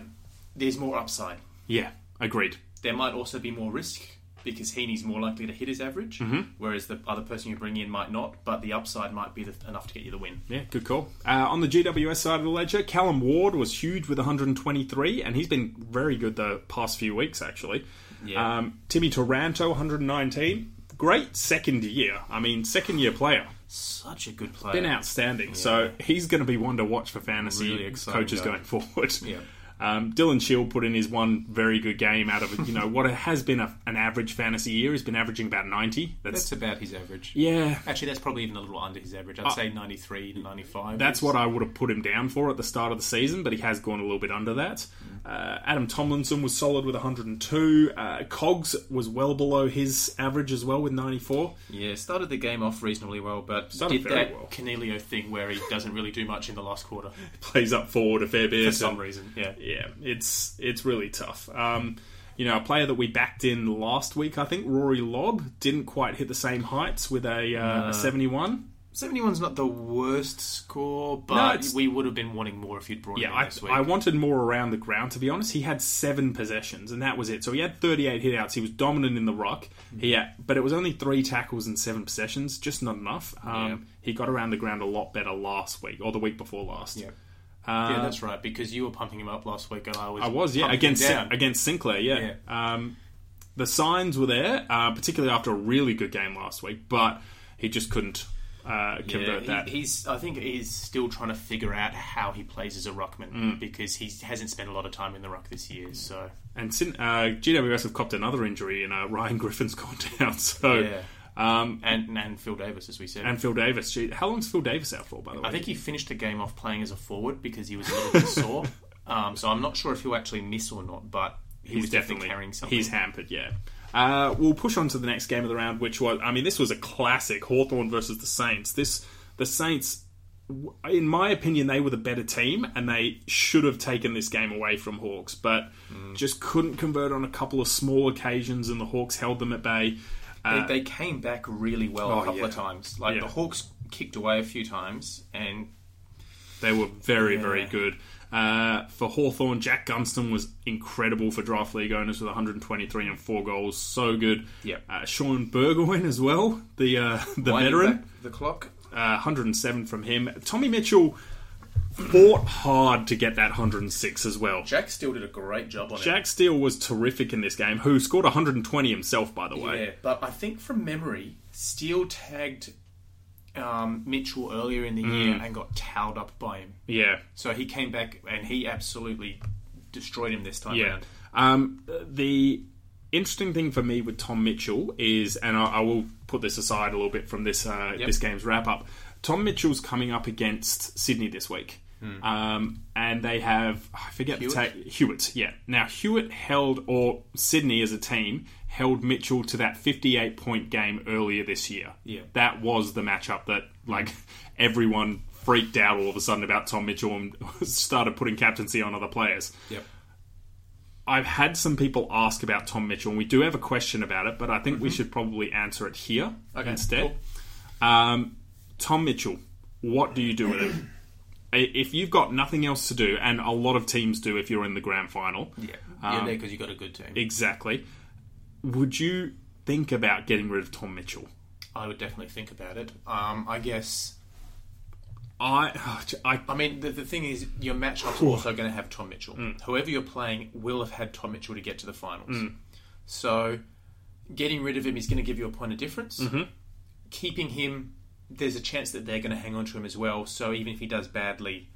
S2: there's more upside.
S1: yeah, agreed.
S2: There might also be more risk because Heaney's more likely to hit his average, whereas the other person you bring in might not. But the upside might be the, enough to get you the win.
S1: Yeah, good call. Uh, on the GWS side of the ledger, Callum Ward was huge with 123, and he's been very good the past few weeks, actually.
S2: Yeah.
S1: Um, Timmy Taranto, 119. Great second year. I mean, second year player.
S2: Such a good player.
S1: Been outstanding. So he's going to be one to watch for fantasy
S2: Really exciting
S1: coaches
S2: guy.
S1: going forward.
S2: Yeah.
S1: Um, Dylan Shield put in his one very good game out of you know what has been a, an average fantasy year. He's been averaging about ninety. That's,
S2: That's about his average.
S1: yeah. Oh.
S2: Actually, that's probably even a little under his average. I'd say 93 to 95.
S1: That's what I would have put him down for at the start of the season, but he has gone a little bit under
S2: Mm.
S1: that. Uh, Adam Tomlinson was solid with 102. Uh, Cogs was well below his average as well with 94.
S2: Yeah, started the game off reasonably well, but
S1: Started
S2: did
S1: very
S2: that
S1: well.
S2: Canelio thing where he doesn't really do much in the last quarter
S1: Plays up forward a fair bit.
S2: for some
S1: and-
S2: reason. Yeah.
S1: yeah, it's it's really tough. Um, you know, a player that we backed in last week, I think Rory Lobb didn't quite hit the same heights with a, uh, a 71.
S2: 71's not the worst score, but
S1: it's-
S2: we would have been wanting more if you'd brought
S1: Yeah,
S2: him in
S1: I,
S2: this week.
S1: I wanted more around the ground, to be honest. He had seven possessions, and that was it. So he had 38 hitouts. He was dominant in the ruck. He had, but it was only three tackles and seven possessions, just not enough. Um,
S2: Yeah.
S1: He got around the ground a lot better last week, or the week before last.
S2: Yeah. yeah, that's right, because you were pumping him up last week and Uh, I was
S1: I was, yeah,
S2: pumping him
S1: against
S2: down.
S1: against Sinclair, yeah. Um, the signs were there, uh, particularly after a really good game last week, but he just couldn't uh,
S2: Yeah,
S1: convert
S2: he-
S1: that.
S2: he's. I think he's still trying to figure out how he plays as a ruckman because he hasn't spent a lot of time in the ruck this year. So
S1: and Sin- uh, GWS have copped another injury, and uh, Ryan Griffin's gone down. So,
S2: Yeah.
S1: um,
S2: and and Phil Davis, as we said,
S1: and Phil Davis. Gee, how long's Phil Davis out for? By the way,
S2: I think he finished the game off playing as a forward because he was a little bit sore. Um, so I'm not sure if he'll actually miss or not, but he was definitely carrying something.
S1: He's hampered, yeah. Uh, we'll push on to the next game of the round, which was I mean, this was a classic Hawthorn versus the Saints. This the Saints, w- in my opinion, they were the better team and they should have taken this game away from Hawks, but
S2: Mm.
S1: just couldn't convert on a couple of small occasions, and the Hawks held them at bay.
S2: they, they came back really well
S1: uh, Oh,
S2: a couple
S1: yeah.
S2: of times. Like
S1: Yeah.
S2: the Hawks kicked away a few times, and
S1: They were very, very
S2: Yeah.
S1: good. Uh, for Hawthorn, Jack Gunston was incredible for draft league owners with 123 and four goals. So good.
S2: Yep.
S1: Uh, Sean Burgoyne as well, the uh, the
S2: winding
S1: veteran.
S2: back the clock.
S1: Uh, 107 from him. Tommy Mitchell fought hard to get that 106 as well.
S2: Jack still did a great job on it.
S1: Jack Steele was terrific in this game, who scored 120 himself, by the way.
S2: Yeah, but I think from memory, Steele tagged um, Mitchell earlier in the
S1: Mm.
S2: year and got towed up by him.
S1: Yeah.
S2: So he came back and he absolutely destroyed him this time
S1: Yeah.
S2: around.
S1: Um, the interesting thing for me with Tom Mitchell is, and I, I will put this aside a little bit from this uh, this game's wrap up. Tom Mitchell's coming up against Sydney this week, um, and they have I forget the
S2: Hmm. Hewitt?
S1: ta- Hewitt. Yeah. Now Hewitt held or Sydney as a team held Mitchell to that 58 point game earlier this year.
S2: Yeah.
S1: That was the matchup that like everyone freaked out all of a sudden about Tom Mitchell and started putting captaincy on other players.
S2: Yep.
S1: I've had some people ask about Tom Mitchell, and we do have a question about it, but I think we should probably answer it here
S2: Mm-hmm. Okay,
S1: instead. Um, Tom Mitchell, what do you do with him? I- if you've got nothing else to do, and a lot of teams do if you're in the grand final,
S2: Yeah.
S1: Um,
S2: You're there because you got a good team.
S1: exactly, would you think about getting rid of Tom Mitchell?
S2: I would definitely think about it. Um, I guess.
S1: I, I
S2: I mean, the, the thing is, your matchup's also going to have Tom Mitchell. Whoever you're playing will have had Tom Mitchell to get to the finals. So, getting rid of him is going to give you a point of difference. Keeping him, there's a chance that they're going to hang on to him as well. So, even if he does badly,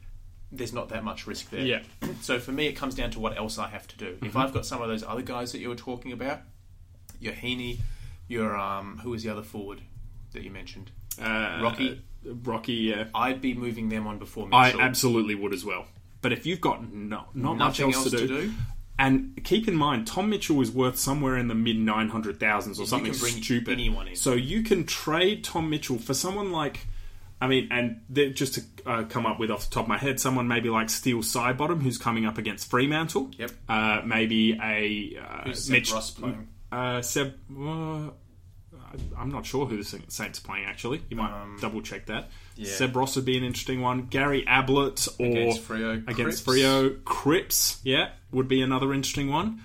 S2: there's not that much risk there.
S1: Yeah.
S2: So, for me, it comes down to what else I have to do. If I've got some of those other guys that you were talking about, your Heaney, your um, who was the other forward that you mentioned,
S1: uh,
S2: Rocky.
S1: Rocky, yeah,
S2: I'd be moving them on before
S1: I
S2: Mitchell.
S1: absolutely would as well. But if you've got no, not much
S2: Nothing
S1: else, to, do, Uh,
S2: do?
S1: and keep in mind, Tom Mitchell is worth somewhere in the mid nine hundred thousands or something
S2: can bring
S1: stupid.
S2: anyone in.
S1: So you can trade Tom Mitchell for someone like, I mean, and they're- just to uh, come up with off the top of my head, someone maybe like Steele Sidebottom, who's coming up against Fremantle.
S2: Yep.
S1: Uh, maybe a uh,
S2: Who's Seb
S1: Mitch
S2: Ross playing?
S1: Uh, Seb. Uh, I'm not sure who the Saint- Saints are playing. Actually, you might
S2: Um,
S1: double check that. Seb Ross would be an interesting one. Gary Ablett or
S2: Against Freo.
S1: against
S2: Cripps.
S1: Freo Cripps, yeah, would be another interesting one.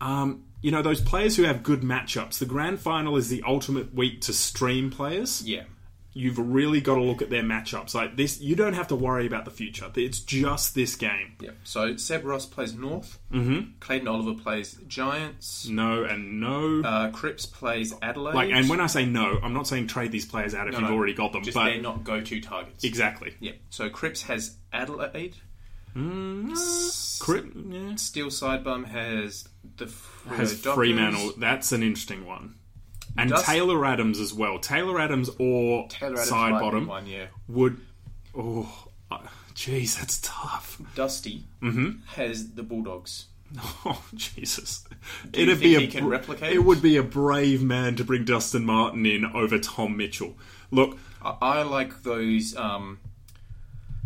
S1: Um, you know those players who have good matchups. The grand final is the ultimate week to stream players.
S2: Yeah.
S1: you've really got to look at their matchups. Like this, you don't have to worry about the future. It's just this game.
S2: Yep. So Seb Ross plays North. Mm-hmm. Clayton Oliver plays Giants.
S1: No and no.
S2: Uh, Cripps plays Adelaide.
S1: like, and when I say no, I'm not saying trade these players out if
S2: No,
S1: you've
S2: no,
S1: already got them.
S2: just
S1: But
S2: they're not go-to targets.
S1: exactly,
S2: Yep. So Cripps has Adelaide.
S1: Mm-hmm.
S2: Mm,
S1: Cri- yeah.
S2: Steel Sidebum has the Frio
S1: has
S2: Dockers.
S1: Fremantle. That's an interesting one. And
S2: Does-
S1: Taylor Adams as well. Taylor Adams or
S2: Taylor Adams
S1: side
S2: might be
S1: bottom
S2: one, yeah.
S1: would. Oh, uh, jeez, that's tough.
S2: Dusty
S1: Mm-hmm.
S2: has the Bulldogs.
S1: Oh Jesus!
S2: you
S1: It'd
S2: think
S1: be a
S2: he can
S1: bra-
S2: replicate?
S1: It would be a brave man to bring Dustin Martin in over Tom Mitchell. Look,
S2: I, I like those um,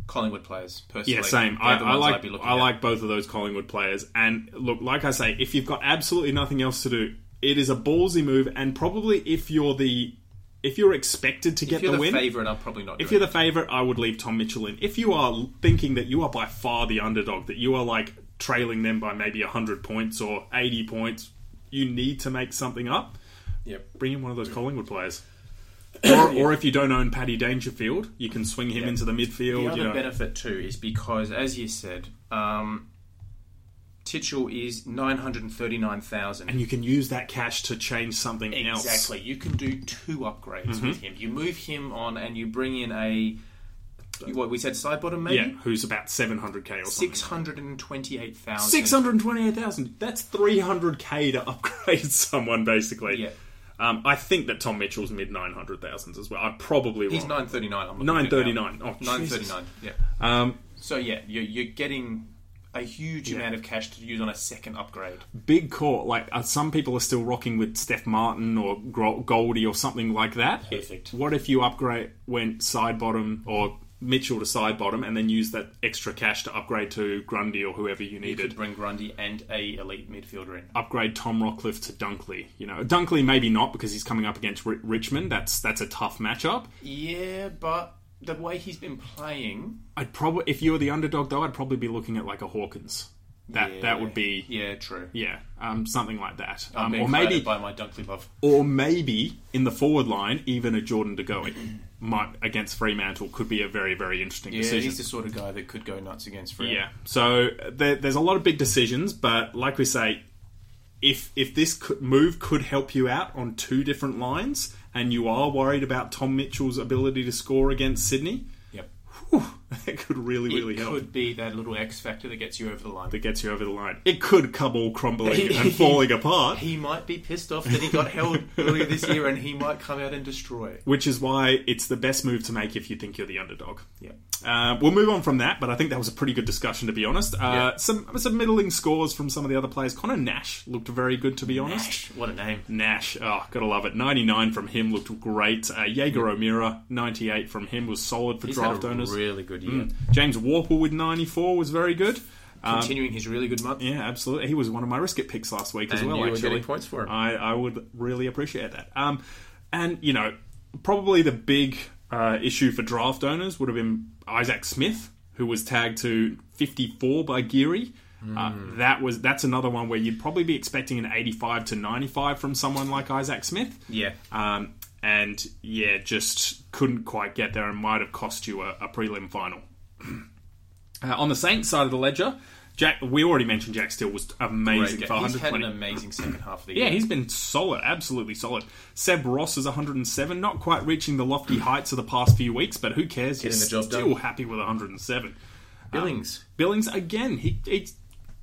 S2: Collingwood players personally.
S1: yeah, same.
S2: They're
S1: I,
S2: the
S1: I
S2: ones I'd
S1: like
S2: be looking
S1: I
S2: at.
S1: like both of those Collingwood players. And look, like I say, if you've got absolutely nothing else to do, it is a ballsy move. And probably if you're the if you're expected to get
S2: If you're the,
S1: win,
S2: favourite, I'm probably not.
S1: If you're the favourite, I would leave Tom Mitchell in. If you are thinking that you are by far the underdog, that you are like trailing them by maybe 100 points or 80 points, you need to make something up.
S2: yep.
S1: Bring in one of those Collingwood players. Or, or if you don't own Paddy Dangerfield, you can swing him into the midfield.
S2: The other
S1: you know.
S2: benefit too is because, as you said, um, Titchell is nine hundred and thirty nine thousand.
S1: and you can use that cash to change something else.
S2: Exactly. You can do two upgrades
S1: Mm-hmm.
S2: with him. You move him on, and you bring in a what we said side bottom maybe
S1: Yeah, who's about 700k or something.
S2: six hundred and twenty eight thousand.
S1: 628,000. That's 300k to upgrade someone, basically.
S2: Yeah.
S1: Um, I think that Tom Mitchell's mid 900,000s as well. I'm probably
S2: He's
S1: wrong.
S2: nine thirty nine. I'm looking at it now.
S1: 939. Oh,
S2: Nine
S1: Jesus.
S2: thirty nine. Yeah.
S1: Um,
S2: So yeah, you're, you're getting a huge amount of cash to use on a second upgrade.
S1: big call. Like, uh, some people are still rocking with Steph Martin or Gro- Goldie or something like that.
S2: Perfect.
S1: What if you upgrade, went side bottom or Mitchell to side bottom and then use that extra cash to upgrade to Grundy or whoever you needed?
S2: Bring Grundy and a elite midfielder in.
S1: upgrade Tom Rockcliffe to Dunkley. You know, Dunkley maybe not because he's coming up against Ri- Richmond. That's that's a tough matchup.
S2: Yeah, but the way he's been playing,
S1: I'd probably if you were the underdog though, I'd probably be looking at like a Hawkins. That
S2: yeah,
S1: that would be yeah,
S2: yeah, true.
S1: um, something like that. Um,
S2: Being
S1: or maybe
S2: flattered by my Dunkley love.
S1: or maybe in the forward line, even a Jordan De Goey might against Fremantle could be a very very interesting
S2: Yeah,
S1: decision.
S2: he's the sort of guy that could go nuts against Freo.
S1: Yeah. So uh, there, there's a lot of big decisions, but like we say, if if this could, move could help you out on two different lines, and you are worried about Tom Mitchell's ability to score against Sydney,
S2: Yep.
S1: whew, that could really really
S2: it
S1: help.
S2: could be that little X factor that gets you over the line.
S1: That gets you over the line. It could come all crumbling and falling apart.
S2: He might be pissed off that he got held earlier this year, and he might come out and destroy it.
S1: Which is why it's the best move to make if you think you're the underdog.
S2: Yep.
S1: Uh, we'll move on from that, but I think that was a pretty good discussion, to be honest. Uh,
S2: Yeah.
S1: Some some middling scores from some of the other players. Connor Nash looked very good, to be honest.
S2: What a name.
S1: Nash, oh, gotta love it. 99 from him looked great. Uh, Jaeger O'Meara, 98 from him was solid for
S2: He's
S1: draft
S2: had a
S1: owners.
S2: really good year.
S1: James Warple with 94 was very good.
S2: Continuing his really good month.
S1: Yeah, absolutely. He was one of my risk it picks last week as
S2: And
S1: well,
S2: you were
S1: actually.
S2: getting points for him.
S1: I, I would really appreciate that. Um, and, you know, probably the big uh, issue for draft owners would have been Isaac Smith, who was tagged to 54 by Geary.
S2: Hmm.
S1: Uh, that was that's another one where you'd probably be expecting an 85 to 95 from someone like Isaac Smith.
S2: Yeah.
S1: Um, and yeah, just couldn't quite get there and might have cost you a, a prelim final. Uh, on the Saints side of the ledger, Jack, we already mentioned Jack Steele was amazing for
S2: He's had an
S1: 120.
S2: amazing second half of the year.
S1: Yeah, he's been solid, absolutely solid. Seb Ross is 107, not quite reaching the lofty heights of the past few weeks, but who cares?
S2: Getting
S1: He's
S2: the job
S1: still
S2: done.
S1: happy with 107.
S2: Billings.
S1: Billings again, he, he's
S2: Um,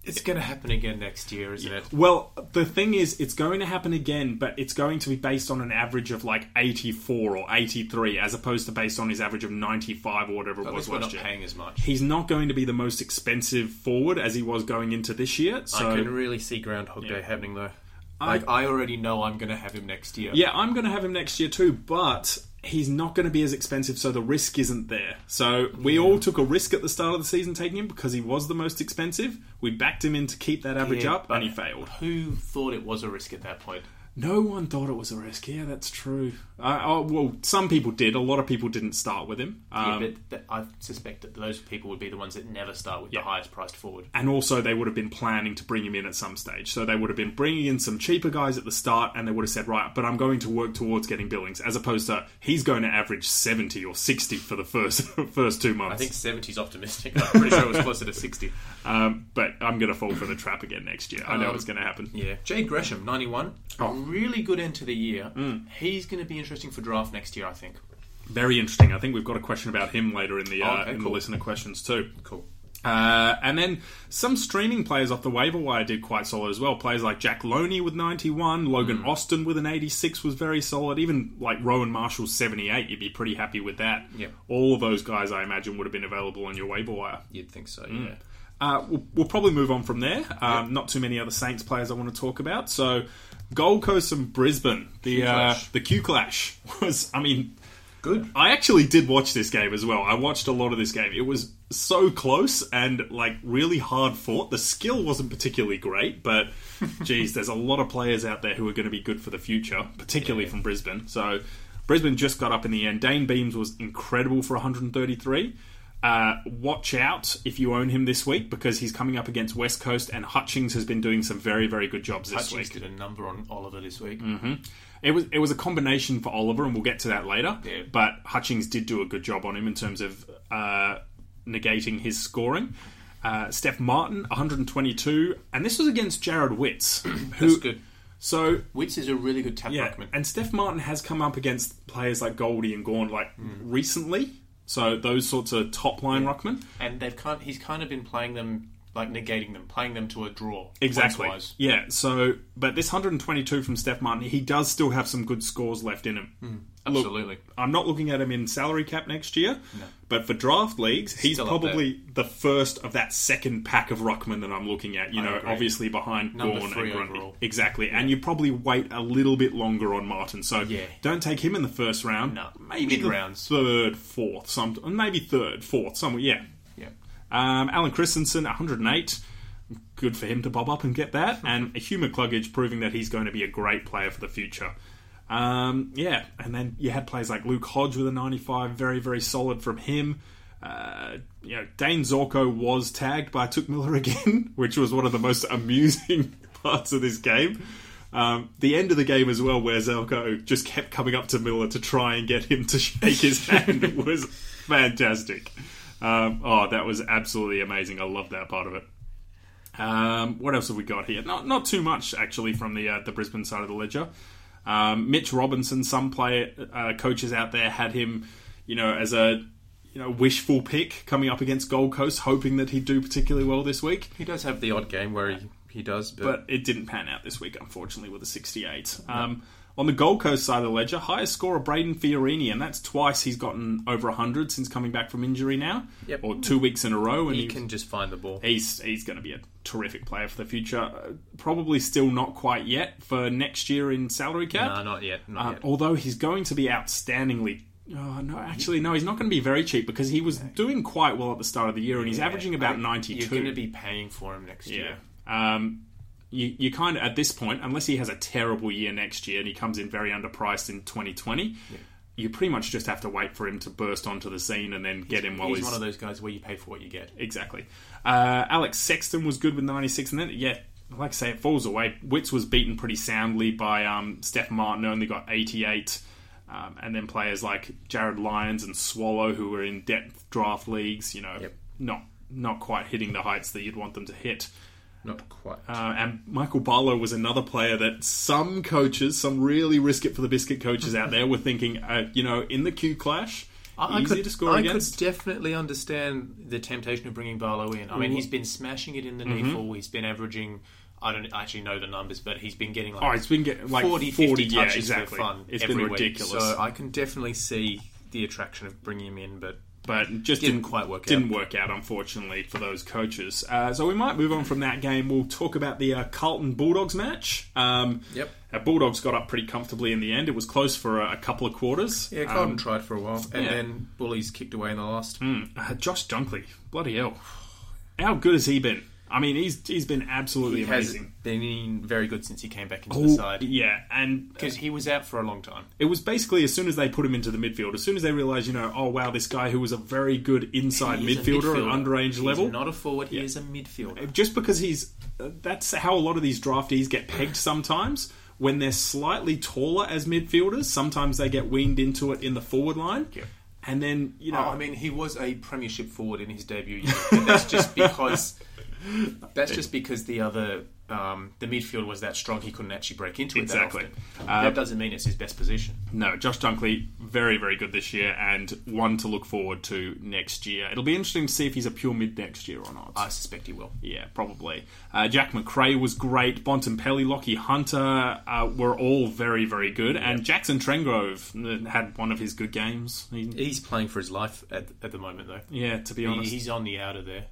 S2: It's going to happen again next year, isn't it?
S1: Well, the thing is, it's going to happen again, but it's going to be based on an average of like 84 or 83, as opposed to based on his average of 95 or whatever it
S2: At
S1: was
S2: least we're
S1: last
S2: not
S1: year.
S2: paying as much.
S1: He's not going to be the most expensive forward as he was going into this year. So,
S2: I can really see Groundhog Day happening though. Like I already know I'm going to have him next year.
S1: yeah, I'm going to have him next year too, but he's not going to be as expensive, so the risk isn't there. So, we all took a risk at the start of the season taking him because he was the most expensive. We backed him in to keep that average
S2: Yeah,
S1: up, and
S2: but
S1: he failed.
S2: Who thought it was a risk at that point?
S1: No one thought it was a risk. Yeah, that's true. Uh, oh, well, some people did. A lot of people didn't start with him. Um,
S2: yeah, but th- I suspect that those people would be the ones that never start with
S1: Yeah.
S2: the highest priced forward.
S1: and also, they would have been planning to bring him in at some stage. So they would have been bringing in some cheaper guys at the start, and they would have said, right, but I'm going to work towards getting Billings, as opposed to he's going to average 70 or 60 for the first first two months.
S2: I think 70's optimistic. I'm pretty sure it was closer to 60.
S1: Um, but I'm going to fall for the trap again next year. I know it's going to happen.
S2: Um, Yeah. Jay Gresham, 91. A really good end to the year. He's going to be interesting for draft next year, I think.
S1: Very interesting. I think we've got a question about him later in the uh,
S2: Okay,
S1: in the
S2: cool.
S1: listener questions too.
S2: Cool.
S1: Uh, and then some streaming players off the waiver wire did quite solid as well. Players like Jack Loney with 91, Logan Austin with an 86 was very solid. Even like Rowan Marshall's 78, you'd be pretty happy with that.
S2: Yeah.
S1: All of those guys, I imagine, would have been available on your waiver wire.
S2: You'd think so, yeah.
S1: Uh, we'll, we'll probably move on from there. Um, Not too many other Saints players I want to talk about. So, Gold Coast and Brisbane, the uh,
S2: Clash.
S1: the Q Clash was. I mean,
S2: Good.
S1: I actually did watch this game as well. I watched a lot of this game. It was so close and like really hard fought. The skill wasn't particularly great, but geez, there's a lot of players out there who are going to be good for the future, particularly from Brisbane. So Brisbane just got up in the end. Dane Beams was incredible for 133. Uh, watch out if you own him this week because he's coming up against West Coast and Hutchings has been doing some very very good jobs this
S2: Hutchins
S1: week. Mm.
S2: did a number on Oliver this week.
S1: It was it was a combination for Oliver, and we'll get to that later.
S2: Yeah.
S1: But Hutchings did do a good job on him in terms of uh, negating his scoring. Uh, Steph Martin, 122, and this was against Jared Witz. Who,
S2: That's good.
S1: So
S2: Witz is a really good tap
S1: yeah,
S2: ruckman.
S1: and Steph Martin has come up against players like Goldie and Gorn like
S2: Mm.
S1: recently. So those sorts of top line ruckman.
S2: And they've kind he's kind of been playing them, like negating them, playing them to a draw.
S1: Exactly.
S2: points-wise.
S1: Yeah. So, but this 122 from Steph Martin, he does still have some good scores left in him.
S2: Hmm.
S1: Look,
S2: Absolutely.
S1: I'm not looking at him in salary cap next year, but for draft leagues, he's
S2: Still up
S1: probably the first of that second pack of ruckmen that I'm looking at. You know,
S2: agree.
S1: obviously behind
S2: Number
S1: Gorn
S2: three
S1: and Grundy.
S2: overall.
S1: Exactly, and you probably wait a little bit longer on Martin. So
S2: Yeah.
S1: don't take him in the first round.
S2: No.
S1: maybe the
S2: Mid-rounds.
S1: third, fourth, some, maybe third, fourth, somewhere. Yeah.
S2: Yeah.
S1: Um, Alan Christensen, 108. Good for him to bob up and get that. And Hugh McCluggage proving that he's going to be a great player for the future. Um, yeah, and then you had players like Luke Hodge with a 95, very, very solid from him. Uh, you know, Dane Zorko was tagged by Took Miller again, which was one of the most amusing parts of this game. Um, the end of the game as well, where Zelko just kept coming up to Miller to try and get him to shake his hand, was fantastic. Um, oh, that was absolutely amazing. I love that part of it. Um, what else have we got here? Not not too much actually from the uh, the Brisbane side of the ledger. Um, Mitch Robinson, some player uh, coaches out there had him, you know, as a you know wishful pick coming up against Gold Coast, hoping that he'd do particularly well this week.
S2: He does have the odd game where he, he does,
S1: But it didn't pan out this week, unfortunately, with a 68. Um, on the Gold Coast side of the ledger, highest scorer Braden Fiorini, and that's twice he's gotten over 100 since coming back from injury now,
S2: Yep.
S1: or two weeks in a row, and
S2: he
S1: he-
S2: can just find the ball.
S1: he's he's going to be a terrific player for the future. Uh, Probably still not quite yet for next year in salary cap.
S2: No, not yet. Not
S1: Um,
S2: yet.
S1: although he's going to be outstandingly. Oh, no, actually, no, he's not going to be very cheap because he was doing quite well at the start of the year and he's averaging about
S2: You're
S1: 92.
S2: going to be paying for him next
S1: Yeah.
S2: year.
S1: Um, you, you kind of at this point, unless he has a terrible year next year and he comes in very underpriced in 2020, you pretty much just have to wait for him to burst onto the scene and then get him while
S2: he's,
S1: he's,
S2: one of those guys where you pay for what you get.
S1: exactly. Uh, Alex Sexton was good with 96, and then yeah, like I say, it falls away. Witz was beaten pretty soundly by um, Steph Martin, only got 88. Um, and then players like Jared Lyons and Swallow, who were in depth draft leagues, you know,
S2: Yep.
S1: not not quite hitting the heights that you'd want them to hit.
S2: Not quite.
S1: Uh, and Michael Barlow was another player that some coaches, some really risk it for the biscuit coaches out there, were thinking, uh, you know, in the Q clash, easy to score
S2: I
S1: against.
S2: could definitely understand the temptation of bringing Barlow in. I
S1: Mm-hmm.
S2: mean, he's been smashing it in the knee fall. He's been averaging. I don't actually know the numbers, but he's been getting like
S1: Oh, it's been getting like 40,
S2: 40, 50
S1: yeah,
S2: touches
S1: exactly.
S2: for fun.
S1: It's
S2: every
S1: been
S2: week.
S1: ridiculous,
S2: So I can definitely see the attraction of bringing him in, but
S1: but it just
S2: Didn't
S1: didn't
S2: quite work out.
S1: Didn't work out, unfortunately, for those coaches. Uh, so we might move on from that game. We'll talk about the uh, Carlton Bulldogs match. Um,
S2: Yep.
S1: our Bulldogs got up pretty comfortably in the end. It was close for a, a couple of quarters.
S2: yeah,
S1: Um,
S2: Carlton tried for a while, and then
S1: Mm.
S2: Bullies kicked away in the last.
S1: Uh, Josh Dunkley, bloody hell. How good has he been? I mean, he's he's been absolutely
S2: He has
S1: amazing.
S2: been very good since he came back into
S1: Oh,
S2: the side
S1: yeah, and
S2: because he was out for a long time.
S1: it was basically as soon as they put him into the midfield, as soon as they realised, you know, oh wow, this guy who was a very good inside
S2: He is a
S1: midfielder,
S2: midfielder.
S1: at underage
S2: He's
S1: level,
S2: not a forward. He is a midfielder.
S1: just because he's uh, that's how a lot of these draftees get pegged sometimes when they're slightly taller as midfielders sometimes they get weaned into it in the forward line
S2: Yeah.
S1: and then you know
S2: Oh, I mean, he was a premiership forward in his debut year. But that's just because that's just because the other um, the midfield was that strong. He couldn't actually break into it.
S1: Exactly.
S2: That, often. that doesn't mean it's his best position.
S1: no josh dunkley very very good this year and one to look forward to next year it'll be interesting to see if he's a pure mid next year or not
S2: I suspect he will.
S1: yeah probably uh, jack mccrae was great bontempelli lockie hunter uh, were all very very good and jackson trengrove uh, had one of his good games He-
S2: He's playing for his life at, at the moment, though.
S1: yeah to be
S2: He-
S1: honest
S2: He's on the outer there.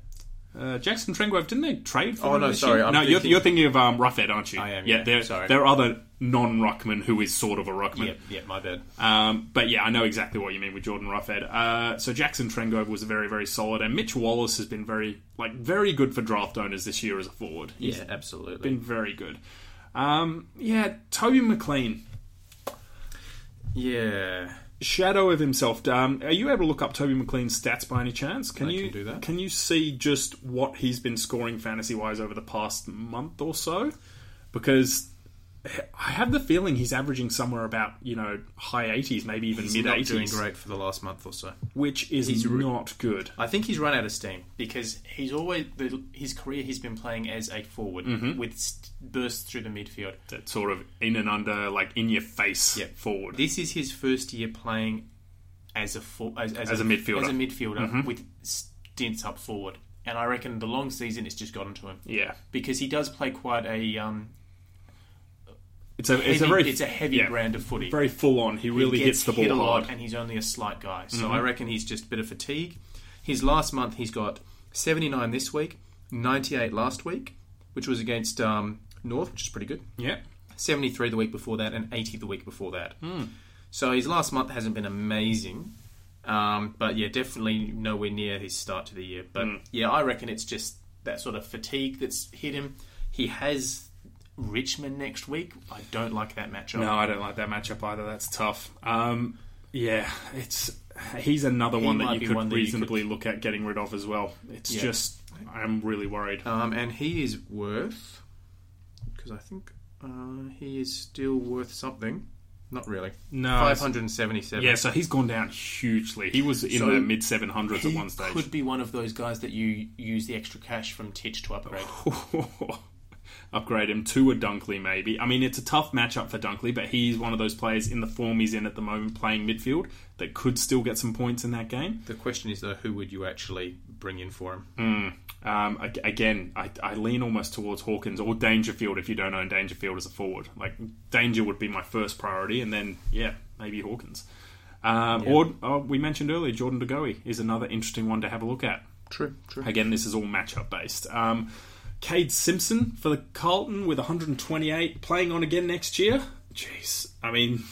S1: Uh, Jackson Trengrove, didn't they trade for
S2: Oh,
S1: him
S2: no,
S1: this
S2: sorry,
S1: year?
S2: I'm
S1: no, you're,
S2: thinking-
S1: you're thinking of um, Ruffhead, aren't you?
S2: I am, yeah,
S1: there,
S2: sorry.
S1: there are other non-ruckman who is sort of a ruckman.
S2: Yep, yep, my bad.
S1: Um, but yeah, I know exactly what you mean with Jordan Ruffhead. Uh, so Jackson Trengove was very, very solid, and Mitch Wallace has been very, like, very good for draft owners this year as a forward. He's
S2: yeah, absolutely.
S1: been very good. Um, yeah, Toby McLean,
S2: yeah.
S1: shadow of himself. Um, are you able to look up Toby McLean's stats by any chance? Can
S2: I
S1: you
S2: can do that.
S1: you see just what he's been scoring fantasy wise over the past month or so? Because I have the feeling he's averaging somewhere about you know high eighties, maybe even
S2: He's
S1: mid
S2: not doing
S1: eighties,
S2: great for the last month or so.
S1: which is
S2: re-
S1: not good.
S2: I think he's run out of steam because he's always the, his career. He's been playing as a forward with st- bursts through the midfield.
S1: That sort of in and under, like in your face
S2: Yeah.
S1: forward.
S2: This is his first year playing as a for, as, as,
S1: As a midfielder. Mm-hmm.
S2: as a midfielder with stints up forward, and I reckon the long season has just gotten to him
S1: yeah,
S2: because he does play quite a um,
S1: it's a
S2: heavy,
S1: it's a very
S2: heavy
S1: yeah,
S2: brand of footy.
S1: very full on. He really
S2: He
S1: hits
S2: gets
S1: the
S2: hit
S1: ball
S2: a lot,
S1: hard. Mm-hmm.
S2: and he's only a slight guy. So I reckon he's just a bit of fatigue. His last month, he's got 79 this week, 98 last week, which was against um, North, which is pretty good.
S1: Yeah,
S2: 73 the week before that, and 80 the week before that.
S1: Hmm.
S2: So his last month hasn't been amazing. Um, but yeah, definitely nowhere near his start to the year. But
S1: Hmm.
S2: yeah, I reckon it's just that sort of fatigue that's hit him. He has Richmond next week. I don't like that matchup.
S1: No, I don't like that matchup either. That's tough. Um, yeah, it's he's another one
S2: might
S1: that you
S2: be
S1: could
S2: one that you
S1: reasonably look at getting rid of as well. It's
S2: Yeah.
S1: just I'm really worried.
S2: Um, and he is worth, because I think uh, he is still worth something. Not really.
S1: No,
S2: Five hundred and seventy-seven.
S1: yeah, so he's gone down hugely. He was in
S2: So
S1: the mid 700s at
S2: he
S1: one stage.
S2: could be one of those guys that you use the extra cash from Titch to upgrade.
S1: Upgrade him to a Dunkley, maybe. I mean, it's a tough matchup for Dunkley, but he's one of those players in the form he's in at the moment, playing midfield, that could still get some points in that game.
S2: the question is though, who would you actually bring in for him?
S1: Um, ag- again, I, I lean almost towards Hawkins or Dangerfield if you don't own Dangerfield as a forward. Like Danger would be my first priority, and then yeah, maybe Hawkins. Um, Or uh, we mentioned earlier, Jordan Degoe is another interesting one to have a look at.
S2: True, true.
S1: Again, this is all matchup based. Um, Cade Simpson for the Carlton with 128, playing on again next year. Jeez, I mean,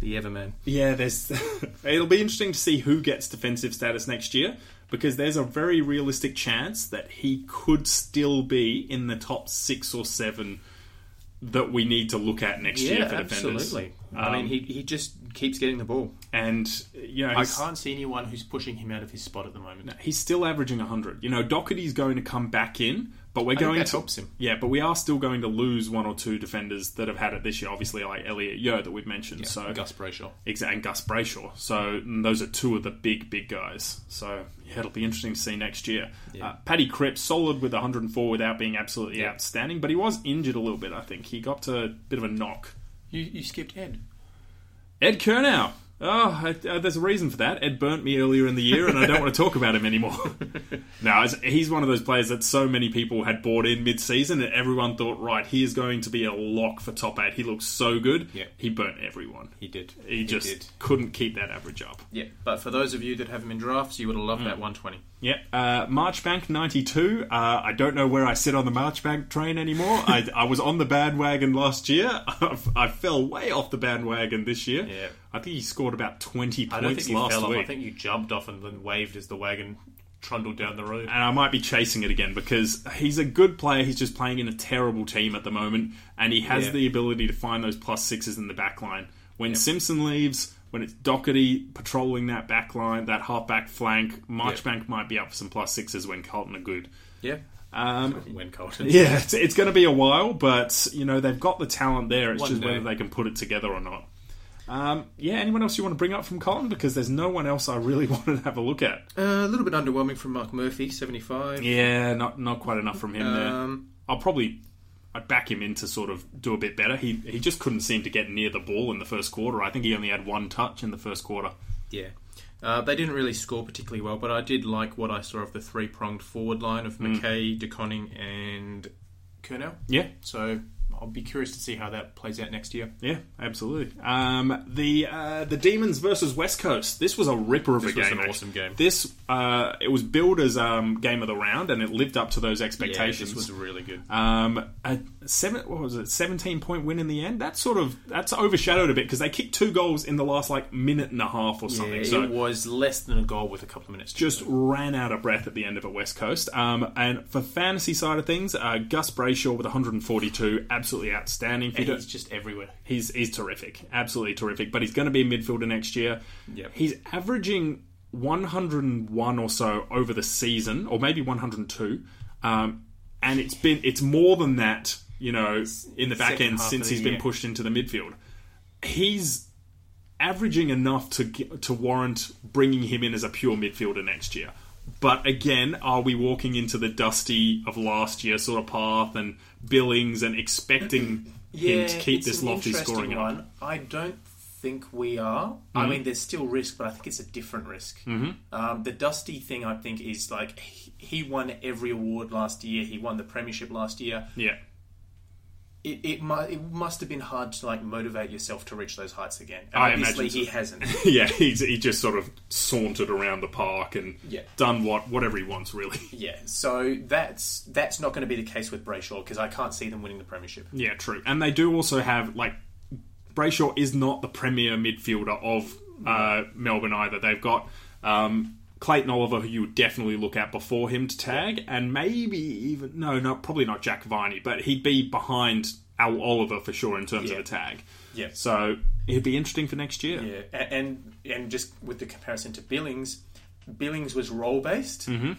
S2: The Everman.
S1: yeah, there's. it'll be interesting to see who gets defensive status next year because there's a very realistic chance that he could still be in the top six or seven that we need to look at next year for defenders.
S2: absolutely. I mean, he, he just keeps getting the ball.
S1: And you know,
S2: I
S1: he's,
S2: can't see anyone who's pushing him out of his spot at the moment.
S1: he's still averaging 100. You know, Doherty's going to come back in, but we're going
S2: that
S1: to
S2: helps him.
S1: Yeah, but we are still going to lose one or two defenders that have had it this year. Obviously, like Elliot Yo that we've mentioned. so
S2: Gus Brayshaw.
S1: Exa- and Gus Brayshaw. So mm, those are two of the big, big guys. So yeah, it'll be interesting to see next year. Uh, Paddy Cripps, solid with 104 without being absolutely outstanding, but he was injured a little bit, I think. He got to a bit of a knock.
S2: You you skipped Ed.
S1: Ed Kernow. Oh, I, uh, there's a reason for that. Ed burnt me earlier in the year, and I don't want to talk about him anymore. no, it's- he's one of those players that so many people had bought in mid-season, and everyone thought, right, he is going to be a lock for top eight. He looks so good.
S2: Yeah.
S1: He burnt everyone.
S2: He did.
S1: He just
S2: did.
S1: couldn't keep that average up.
S2: Yeah, but for those of you that have him in drafts, you would have loved that 120.
S1: Yeah, uh, Marchbank 92. Uh, I don't know where I sit on the Marchbank train anymore. I, I was on the bandwagon last year. I've, I fell way off the bandwagon this year.
S2: Yeah.
S1: I think he scored about 20
S2: I don't
S1: points
S2: think you
S1: last
S2: fell off.
S1: week.
S2: I think you jumped off and then waved as the wagon trundle down the road.
S1: and I might be chasing it again because he's a good player. He's just playing in a terrible team at the moment, and he has
S2: Yeah.
S1: the ability to find those plus sixes in the back line. When Simpson leaves, when it's Doherty patrolling that back line, that halfback flank, Marchbank might be up for some plus sixes when Carlton are good.
S2: Yeah.
S1: Um,
S2: When Colton.
S1: yeah, it's, it's going to be a while, but you know they've got the talent there. It's
S2: One
S1: just
S2: day.
S1: whether they can put it together or not. Um, yeah, anyone else you want to bring up from Colton? Because there's no one else I really wanted to have a look at.
S3: Uh, a little bit underwhelming from Mark Murphy, 75.
S1: Yeah, not not quite enough from him there.
S3: Um,
S1: I'll probably I'd back him in to sort of do a bit better. He he just couldn't seem to get near the ball in the first quarter. I think he only had one touch in the first quarter.
S3: Yeah. Uh, they didn't really score particularly well, but I did like what I saw of the three pronged forward line of
S1: Mm.
S3: McKay, DeConning, and
S2: Kurnell.
S1: Yeah,
S2: So I'll be curious to see how that plays out next year.
S1: yeah, absolutely. Um, the uh, the Demons versus West Coast. This was a ripper of a
S3: This
S1: game.
S3: was an
S1: actually.
S3: awesome game.
S1: This uh, it was billed as um, game of the round, and it lived up to those
S3: Yeah,
S1: expectations.
S3: this was really good.
S1: Um, a seven, what was it? Seventeen point win in the end. That's sort of that's overshadowed a bit because they kicked two goals in the last like minute and a half or something.
S2: It
S1: so
S2: was less than a goal with a couple of minutes. to
S1: just
S2: go.
S1: ran out of breath at the end of it, West Coast. Um, and for fantasy side of things, uh, Gus Brayshaw with 142, absolutely outstanding. He
S2: And
S1: does-
S2: he's just everywhere.
S1: he's he's terrific, absolutely terrific. But he's going to be a midfielder next year.
S3: Yep.
S1: He's averaging 101 or so over the season, or maybe 102. Um, and it's been it's more than that, you know, in the back
S2: Second
S1: end
S2: half
S1: since
S2: of the
S1: he's been
S2: year.
S1: pushed into the midfield. He's averaging enough to get, to warrant bringing him in as a pure midfielder next year. But again, are we walking into the dusty of last year sort of path and Billings and expecting him to keep
S2: it's
S1: this
S2: an
S1: lofty
S2: interesting
S1: scoring up? Mm-hmm.
S2: one. I don't think we are. I mean, there's still risk, but I think it's a different risk. Um, the Dusty thing, I think, is like he, he won every award last year. He won the Premiership last year.
S1: Yeah,
S2: It it, mu- it must have been hard to like motivate yourself to reach those heights again. And
S1: I
S2: obviously,
S1: imagine so.
S2: he hasn't.
S1: yeah. He's, he just sort of sauntered around the park and
S2: Yeah.
S1: done what whatever he wants, really.
S2: yeah, so that's that's not going to be the case with Brayshaw because I can't see them winning the Premiership.
S1: Yeah, true. And they do also have like Brayshaw is not the premier midfielder of uh, Melbourne either. They've got um, Clayton Oliver, who you would definitely look at before him to tag, and maybe even no, no, probably not Jack Viney, but he'd be behind Al Oliver for sure in terms of
S2: Yeah.
S1: a tag.
S2: Yeah.
S1: So it'd be interesting for next year.
S2: Yeah, a- and and just with the comparison to Billings, Billings was role based. Mm-hmm.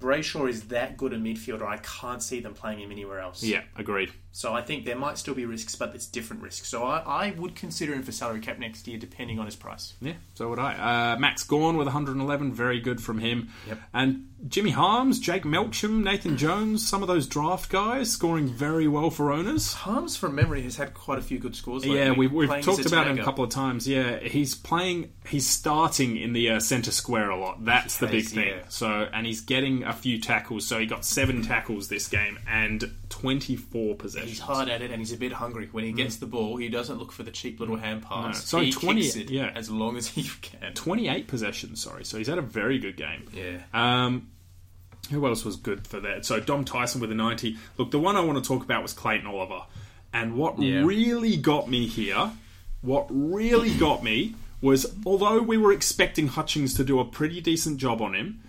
S2: Brayshaw is that good a midfielder. I can't see them playing him anywhere else.
S1: Yeah, agreed.
S2: So I think there might still be risks, but it's different risks. So I, I would consider him for salary cap next year, depending on his price.
S1: Yeah, so would I. Uh, Max Gorn with 111, very good from him.
S2: Yep.
S1: And Jimmy Harms, Jake Melcham, Nathan Jones, some of those draft guys scoring very well for owners.
S3: Harms, from memory, has had quite a few good scores lately.
S1: yeah, we, we've
S2: playing
S1: talked
S2: as a
S1: about him a
S2: tagger.
S1: couple of times. Yeah, he's playing, he's starting in the uh, centre square a lot. That's the big
S2: has,
S1: thing.
S2: yeah.
S1: So, and he's getting a few tackles. So he got seven tackles this game and 24 possessions.
S2: He's hard at it, and he's a bit hungry.
S1: Mm.
S2: When he gets the ball, he doesn't look for the cheap little hand pass.
S1: So
S2: he
S1: 20
S2: kicks it
S1: yeah.
S2: as long as he can.
S1: 28 Uh, possessions, sorry. So he's had a very good game.
S2: Yeah.
S1: Um, who else was good for that? So Dom Tyson with a 90. Look, the one I want to talk about was Clayton Oliver. And what
S3: Yeah.
S1: really got me here, what really got me was although we were expecting Hutchings to do a pretty decent job on him,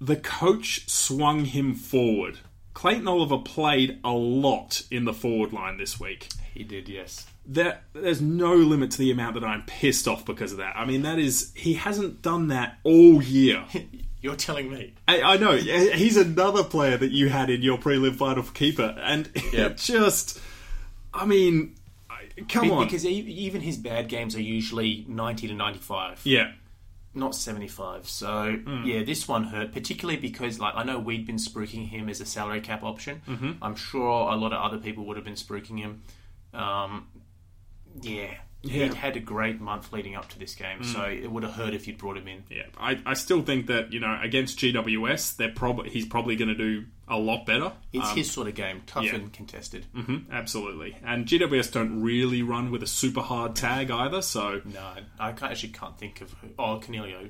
S1: the coach swung him forward. Clayton Oliver played a lot in the forward line this week
S2: He did, yes.
S1: there, there's no limit to the amount that I'm pissed off because of that. I mean, that is he hasn't done that all year.
S2: You're telling me.
S1: I, I know he's another player that you had in your prelim final for keeper, and
S3: Yep.
S1: it just, I mean, I- come on,
S2: Because e- even his bad games are usually 90 to 95.
S1: yeah, Mm.
S2: not 75 so yeah this one hurt particularly because like i know we'd been spruiking him as a salary cap option
S1: Mm-hmm.
S2: i'm sure a lot of other people would have been spruiking him um, yeah
S1: Yeah. Mm.
S2: he'd had a great month leading up to this game so it would have hurt if you'd brought him in
S1: yeah. I, I still think that you know against GWS, they're probably he's probably going to do a lot better.
S2: it's his sort of game tough
S1: Um, yeah.
S2: and contested
S1: Mhm, absolutely, and GWS don't really run with a super hard tag either, so.
S2: no i can't, actually can't think of who oh cornelio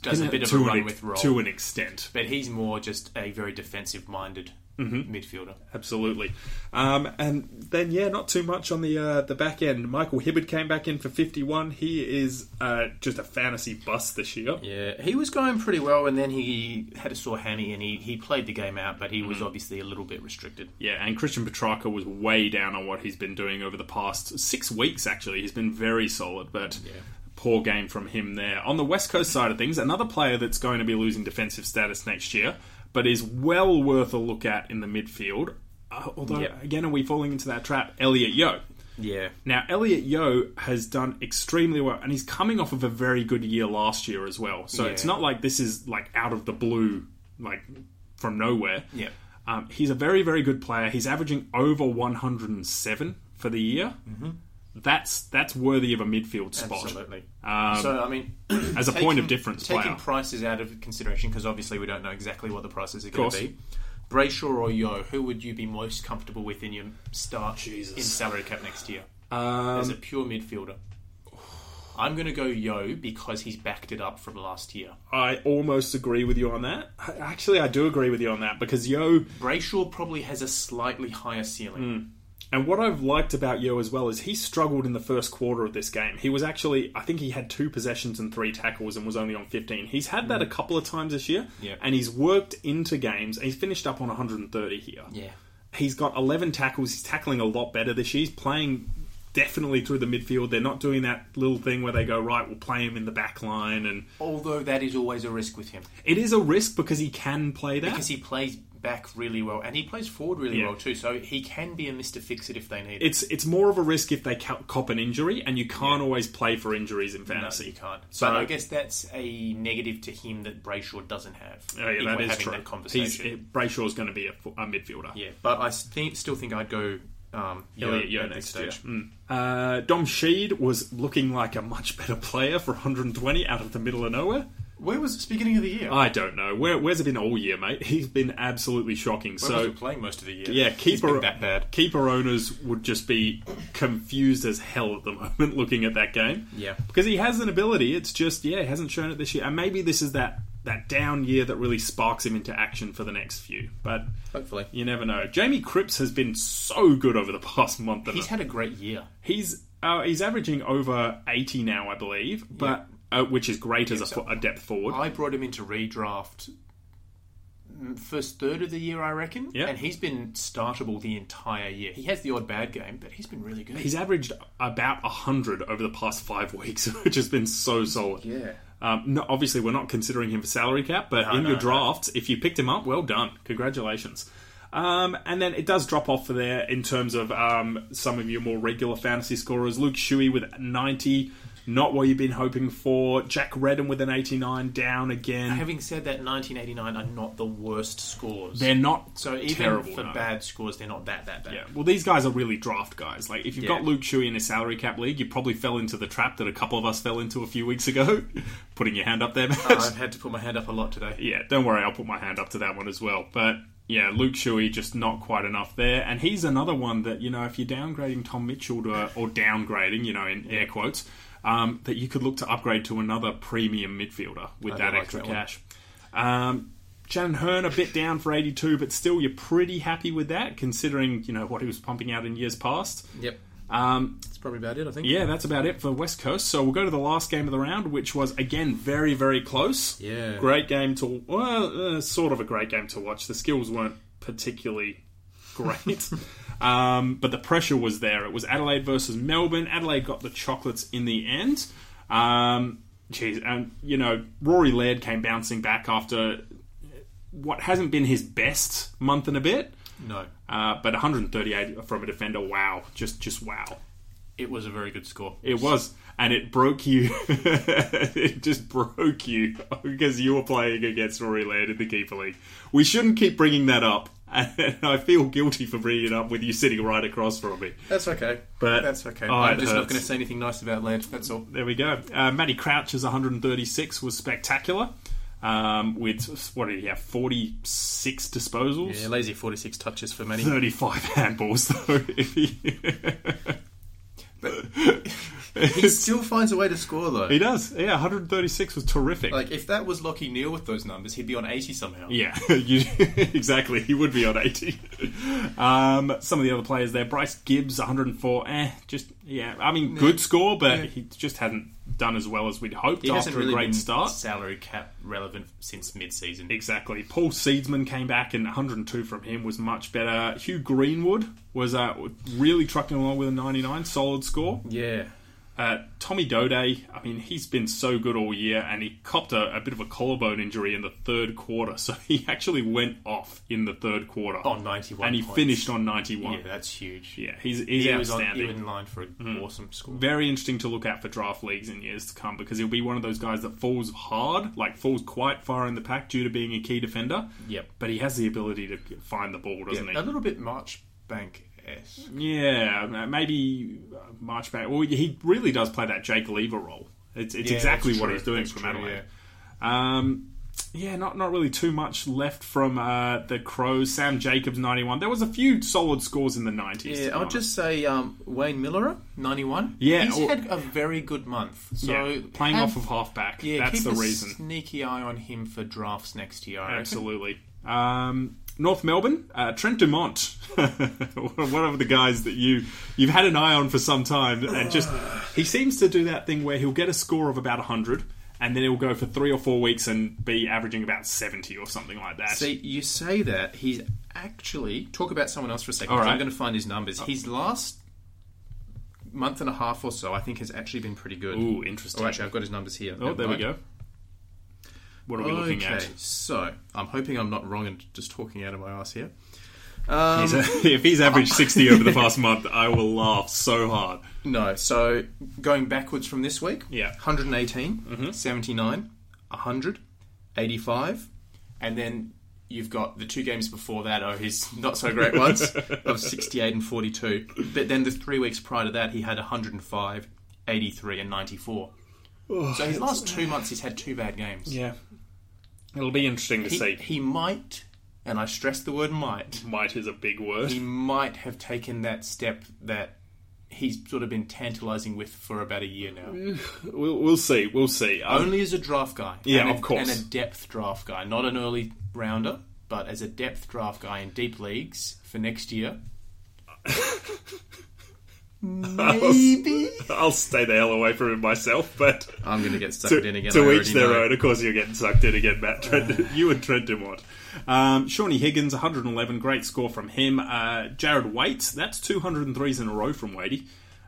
S2: does a bit of
S1: to
S2: a
S1: an
S2: run
S1: ex-
S2: with roll
S1: to an extent.
S2: but he's more just a very defensive minded
S1: Mm-hmm.
S2: midfielder.
S1: Absolutely. Um, and then, yeah, not too much on the uh, the back end. Michael Hibbard came back in for 51. He is uh, just a fantasy bust this year.
S3: Yeah,
S2: He was going pretty well, and then he had a sore hammy, and he, he played the game out, but he was obviously a little bit restricted.
S1: Yeah, and Christian Petrarca was way down on what he's been doing over the past six weeks, actually. He's been very solid, but poor game from him there. On the West Coast side of things, another player that's going to be losing defensive status next year, but is well worth a look at in the midfield. Uh, although,
S3: Yep.
S1: again, are we falling into that trap? Elliot Yo.
S3: yeah.
S1: Now, Elliot Yo has done extremely well, and he's coming off of a very good year last year as well. So
S2: Yeah.
S1: it's not like this is like out of the blue, like from nowhere.
S2: Yeah.
S1: Um, he's a very, very good player. He's averaging over 107 for the year. Mm-hmm. That's that's worthy of a midfield spot.
S2: Absolutely.
S1: Um,
S2: so, I mean,
S1: as a
S2: taking-
S1: point of difference
S2: taking
S1: player.
S2: prices out of consideration because obviously we don't know exactly what the prices are going
S1: course.
S2: to be. Brayshaw or Yo, who would you be most comfortable with in your start in salary cap next year
S1: Um,
S2: as a pure midfielder? I'm going to go Yo because he's backed it up from last year.
S1: I almost agree with you on that. I- Actually, I do agree with you on that because Yo.
S2: Brayshaw probably has a slightly higher ceiling.
S1: And what I've liked about Yo as well is he struggled in the first quarter of this game. He was actually, I think he had two possessions and three tackles and was only on 15. He's had that a couple of times this year,
S2: Mm. Yeah.
S1: and he's worked into games. And he's finished up on 130 here.
S2: Yeah.
S1: He's got 11 tackles. He's tackling a lot better this year. He's playing definitely through the midfield. They're not doing that little thing where they go, right, we'll play him in the back line. And
S2: Although that is always a risk with him
S1: it is a risk because he can play that.
S2: because he plays back really well and he plays forward really
S1: Yeah.
S2: well too. So he can be a Mister Fix It if they need it.
S1: it's it's more of a risk if they ca- cop an injury, and you can't always play for injuries in
S2: No,
S1: fantasy.
S2: you can't.
S1: So-
S2: but I guess that's a negative to him that Brayshaw doesn't have.
S1: Oh, yeah,
S2: if
S1: that
S2: we're
S1: is
S2: having
S1: true.
S2: That conversation.
S1: He's, it, Brayshaw's going to be a, fu- a midfielder.
S2: yeah, but I think, still think I'd go um,
S1: Elliot,
S2: Yo
S1: you're
S2: at this
S1: next stage.
S2: stage.
S1: Mm. Uh, Dom Sheed was looking like a much better player for 120 out of the middle of nowhere.
S2: Where was this beginning of the year?
S1: I don't know. Where, where's it been all year, mate? He's been absolutely shocking.
S2: Where was
S1: so,
S2: he playing most of the year.
S1: yeah,
S2: He's been
S1: keeper
S2: that bad.
S1: keeper owners would just be confused as hell at the moment looking at that game.
S3: Yeah.
S1: because he has an ability. It's just yeah, he hasn't shown it this year, and maybe this is that that down year that really sparks him into action for the next few. But
S3: Hopefully.
S1: You never know. Jamie Cripps has been so good over the past month. And
S2: He's had a great year.
S1: he's uh, he's averaging over eighty now, I believe, but uh, which is great as a, fo- a depth forward.
S2: I brought him into redraft mm, first third of the year, I reckon.
S1: Yeah.
S2: And he's been startable the entire year. He has the odd bad game, but he's been really good.
S1: he's averaged about hundred over the past five weeks, which has been so solid.
S2: Yeah.
S1: Um, no, obviously, we're not considering him for salary cap, but in
S2: no,
S1: your
S2: no.
S1: drafts, if you picked him up, well done. Congratulations. Um, and then it does drop off there in terms of um, some of your more regular fantasy scorers. Luke Shuey with 90, not what you've been hoping for. Jack Redden with an 89, down again.
S2: Having said that, 1989 are not the worst scores.
S1: They're not
S2: so even
S1: terrible
S2: for
S1: no.
S2: bad scores, they're not that that bad.
S1: Yeah. Well, these guys are really draft guys. Like, if you've
S2: Yeah.
S1: got Luke Shuey in a salary cap league, you probably fell into the trap that a couple of us fell into a few weeks ago. Putting your hand up there, Matt.
S2: I've had to put my hand up a lot today.
S1: yeah, don't worry, I'll put my hand up to that one as well. But yeah, Luke Shuey just not quite enough there, and he's another one that you know if you're downgrading Tom Mitchell to, or downgrading, you know, in air quotes, um, that you could look to upgrade to another premium midfielder with that
S2: like
S1: extra
S2: that one.
S1: cash. Um, Shannon Hearn a bit down for 82, but still you're pretty happy with that considering you know what he was pumping out in years past.
S3: Yep.
S1: Um,
S3: That's probably about it, I think.
S1: yeah, that's about it for West Coast. So we'll go to the last game of the round, which was again very, very close.
S3: Yeah.
S1: great game to well, uh, sort of a great game to watch. The skills weren't particularly great, um, but the pressure was there. It was Adelaide versus Melbourne. Adelaide got the chocolates in the end. Um, geez, and you know Rory Laird came bouncing back after what hasn't been his best month and a bit.
S2: No.
S1: Uh, but 138 from a defender, wow, just just wow.
S2: It was a very good score.
S1: It was, and it broke you. it just broke you because you were playing against Rory Laird in the keeper league. We shouldn't keep bringing that up, and I feel guilty for bringing it up with you sitting right across from me.
S2: That's okay.
S1: But-
S2: that's okay.
S1: Oh,
S2: I'm
S1: it
S2: just
S1: hurts.
S2: not going to say anything nice about Laird. That's all.
S1: There we go. Uh, Matty Crouch's 136 was spectacular. Um, with what did he have? 46 disposals.
S3: Yeah, lazy 46 touches for many.
S1: 35 handballs though. If he...
S3: He still finds a way to score though.
S1: He does. Yeah, 136 was terrific.
S3: Like if that was Lockie Neal with those numbers, he'd be on eighty somehow.
S1: yeah, you, exactly. He would be on 80. Um, some of the other players there, Bryce Gibbs, 104. Eh, just yeah. I mean, good score, but he just hasn't done as well as we'd hoped
S2: He hasn't
S1: after
S2: really
S1: a great
S2: been
S1: start.
S2: salary cap relevant since mid-season.
S1: Exactly. Paul Seedsman came back, and 102 from him was much better. Hugh Greenwood was uh, really trucking along with a 99, solid score.
S3: Yeah.
S1: Uh, Tommy Dode, I mean, he's been so good all year, and he copped a, a bit of a collarbone injury in the third quarter, so he actually went off in the third quarter.
S2: On 91
S1: And he
S2: points.
S1: finished on 91.
S2: Yeah, that's huge.
S1: Yeah, he's, he's
S2: He was, on,
S1: outstanding Hmm.
S2: he was in line for an awesome score.
S1: very interesting to look at for draft leagues in years to come because he'll be one of those guys that falls hard, like falls quite far in the pack due to being a key defender.
S2: Yep.
S1: But he has the ability to find the ball, doesn't
S3: A little bit March Bank esque.
S1: he? Yeah, ma- maybe uh, Marchbank. Well, he really does play that Jake Lever role. It's, it's
S3: Yeah,
S1: exactly
S3: that's
S1: what
S3: true.
S1: he's doing
S3: That's
S1: from
S3: true,
S1: Adelaide. Um, yeah, not not really too much left from uh, the Crows. Sam Jacobs, 91. There was a few solid scores in the 90s. to be
S3: Yeah, I'll
S1: honest.
S3: just say um, Wayne Miller, ninety-one.
S1: Yeah,
S2: He's
S1: or-
S2: had a very good month. So
S1: Yeah, playing
S2: have-
S1: off of halfback.
S2: Yeah,
S1: that's
S2: keep
S1: the
S2: a
S1: reason.
S2: Sneaky eye on him for drafts next year. I reckon.
S1: Absolutely. Um, North Melbourne, uh, Trent Dumont, one of the guys that you you've had an eye on for some time, and just he seems to do that thing where he'll get a score of about hundred, and then he'll go for three or four weeks and be averaging about seventy or something like that.
S3: See, you say that he's actually talk about someone else for a second.
S1: All
S3: 'cause
S1: right. Uh,
S3: I'm going to find his numbers. His last month and a half or so, I think, has actually been pretty good.
S1: Ooh, interesting.
S3: Oh, actually, I've got his numbers here.
S1: oh, there we go. What are we looking
S3: okay,
S1: at?
S3: so I'm hoping I'm not wrong and just talking out of my ass here.
S1: He's a- if he's averaged sixty over the past month, I will laugh so hard.
S3: No, so going backwards from this week,
S1: Yeah. Mm-hmm.
S3: 118, 79, 100, 85,
S2: And then
S3: you've got the two games before that are his not so great ones of 68 and 42. But then the three weeks prior to that, he had 105, 83, and 94.
S2: so his last two months, he's had two bad games.
S1: Yeah, it'll be interesting to
S2: He,
S1: see.
S2: he might,
S3: And I stress the word might.
S1: Might is a big word.
S2: he might have taken that step that he's sort of been tantalising with for about a year now.
S1: We'll, we'll see. We'll see. Um,
S2: Only as a draft guy,
S1: Yeah,
S2: and a,
S1: of course.
S2: and a depth draft guy, not an early rounder, but as a depth draft guy in deep leagues for next year. Maybe.
S1: I'll stay the hell away from him myself, but
S3: I'm going to get sucked
S1: to,
S3: in again.
S1: to
S3: I already
S1: each their
S3: know.
S1: own. Of course, you're getting sucked in again, Matt. Trent, you and Trent Dumont. Um, Shawnee Higgins, 111, great score from him. Uh, Jared Waits, that's 203s in a row from Wadey.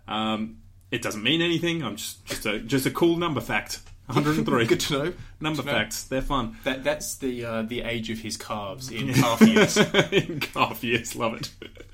S1: Um, it doesn't mean anything. I'm just just a just a cool number fact. 103.
S3: Good to know.
S1: number facts. They're fun.
S2: That, that's the uh, the age of his calves in half years.
S1: in calf years. Love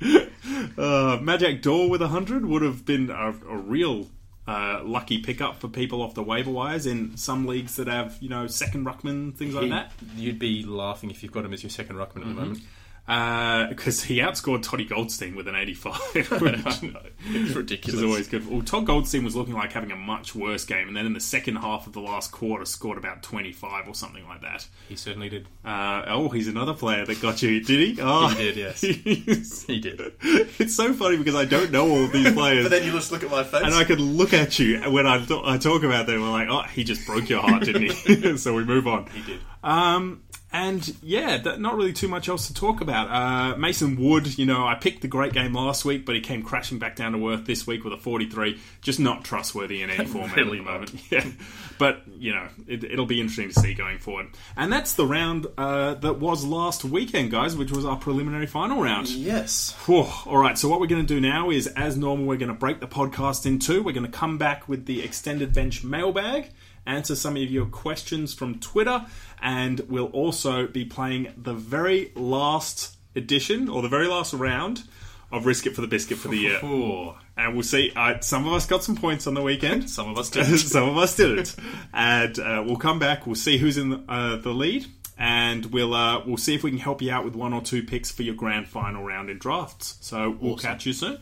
S1: it. Uh, Magic Door with 100 would have been a, a real uh, lucky pickup for people off the waiver wires in some leagues that have, you know, second ruckman, things like
S3: He-
S1: that.
S3: You'd be laughing if you've got him as your second ruckman
S2: Mm-hmm.
S3: at the moment.
S1: Because Uh, he outscored Toddy Goldstein with an 85. It's Which
S3: ridiculous.
S1: is always good. Well, Todd Goldstein was looking like having a much worse game, and then in the second half of the last quarter, scored about 25 or something like that.
S2: he certainly did.
S1: Uh, oh, he's another player that got you, did he? Oh,
S3: He did, yes. He did.
S1: it's so funny because I don't know all of these players.
S3: you just look at my face.
S1: and I could look at you and when I, th- I talk about them. We're like, oh, he just broke your heart, didn't he? so we move on. He
S2: did.
S1: Um, and yeah, that, not really too much else to talk about. Uh, Mason Wood, you know, I picked the great game last week, but he came crashing back down to earth this week with a 43. Just not trustworthy in any format
S3: Really
S1: at the moment. Yeah. But, you know, it, it'll be interesting to see going forward. And that's the round uh, that was last weekend, guys, which was our preliminary final round.
S3: yes.
S1: Whew. All right, so what we're going to do now is, as normal, we're going to break the podcast in two. We're going to come back with the extended bench mailbag, answer some of your questions from Twitter, and we'll also be playing the very last edition or the very last round of Risk It for the Biscuit for the year. And we'll see. Uh, some of us got some points on the weekend.
S3: Some of us did.
S1: Some of us didn't. And uh, we'll come back. We'll see who's in the, uh, the lead, and we'll uh, we'll see if we can help you out with one or two picks for your grand final round in drafts. So we'll catch you soon.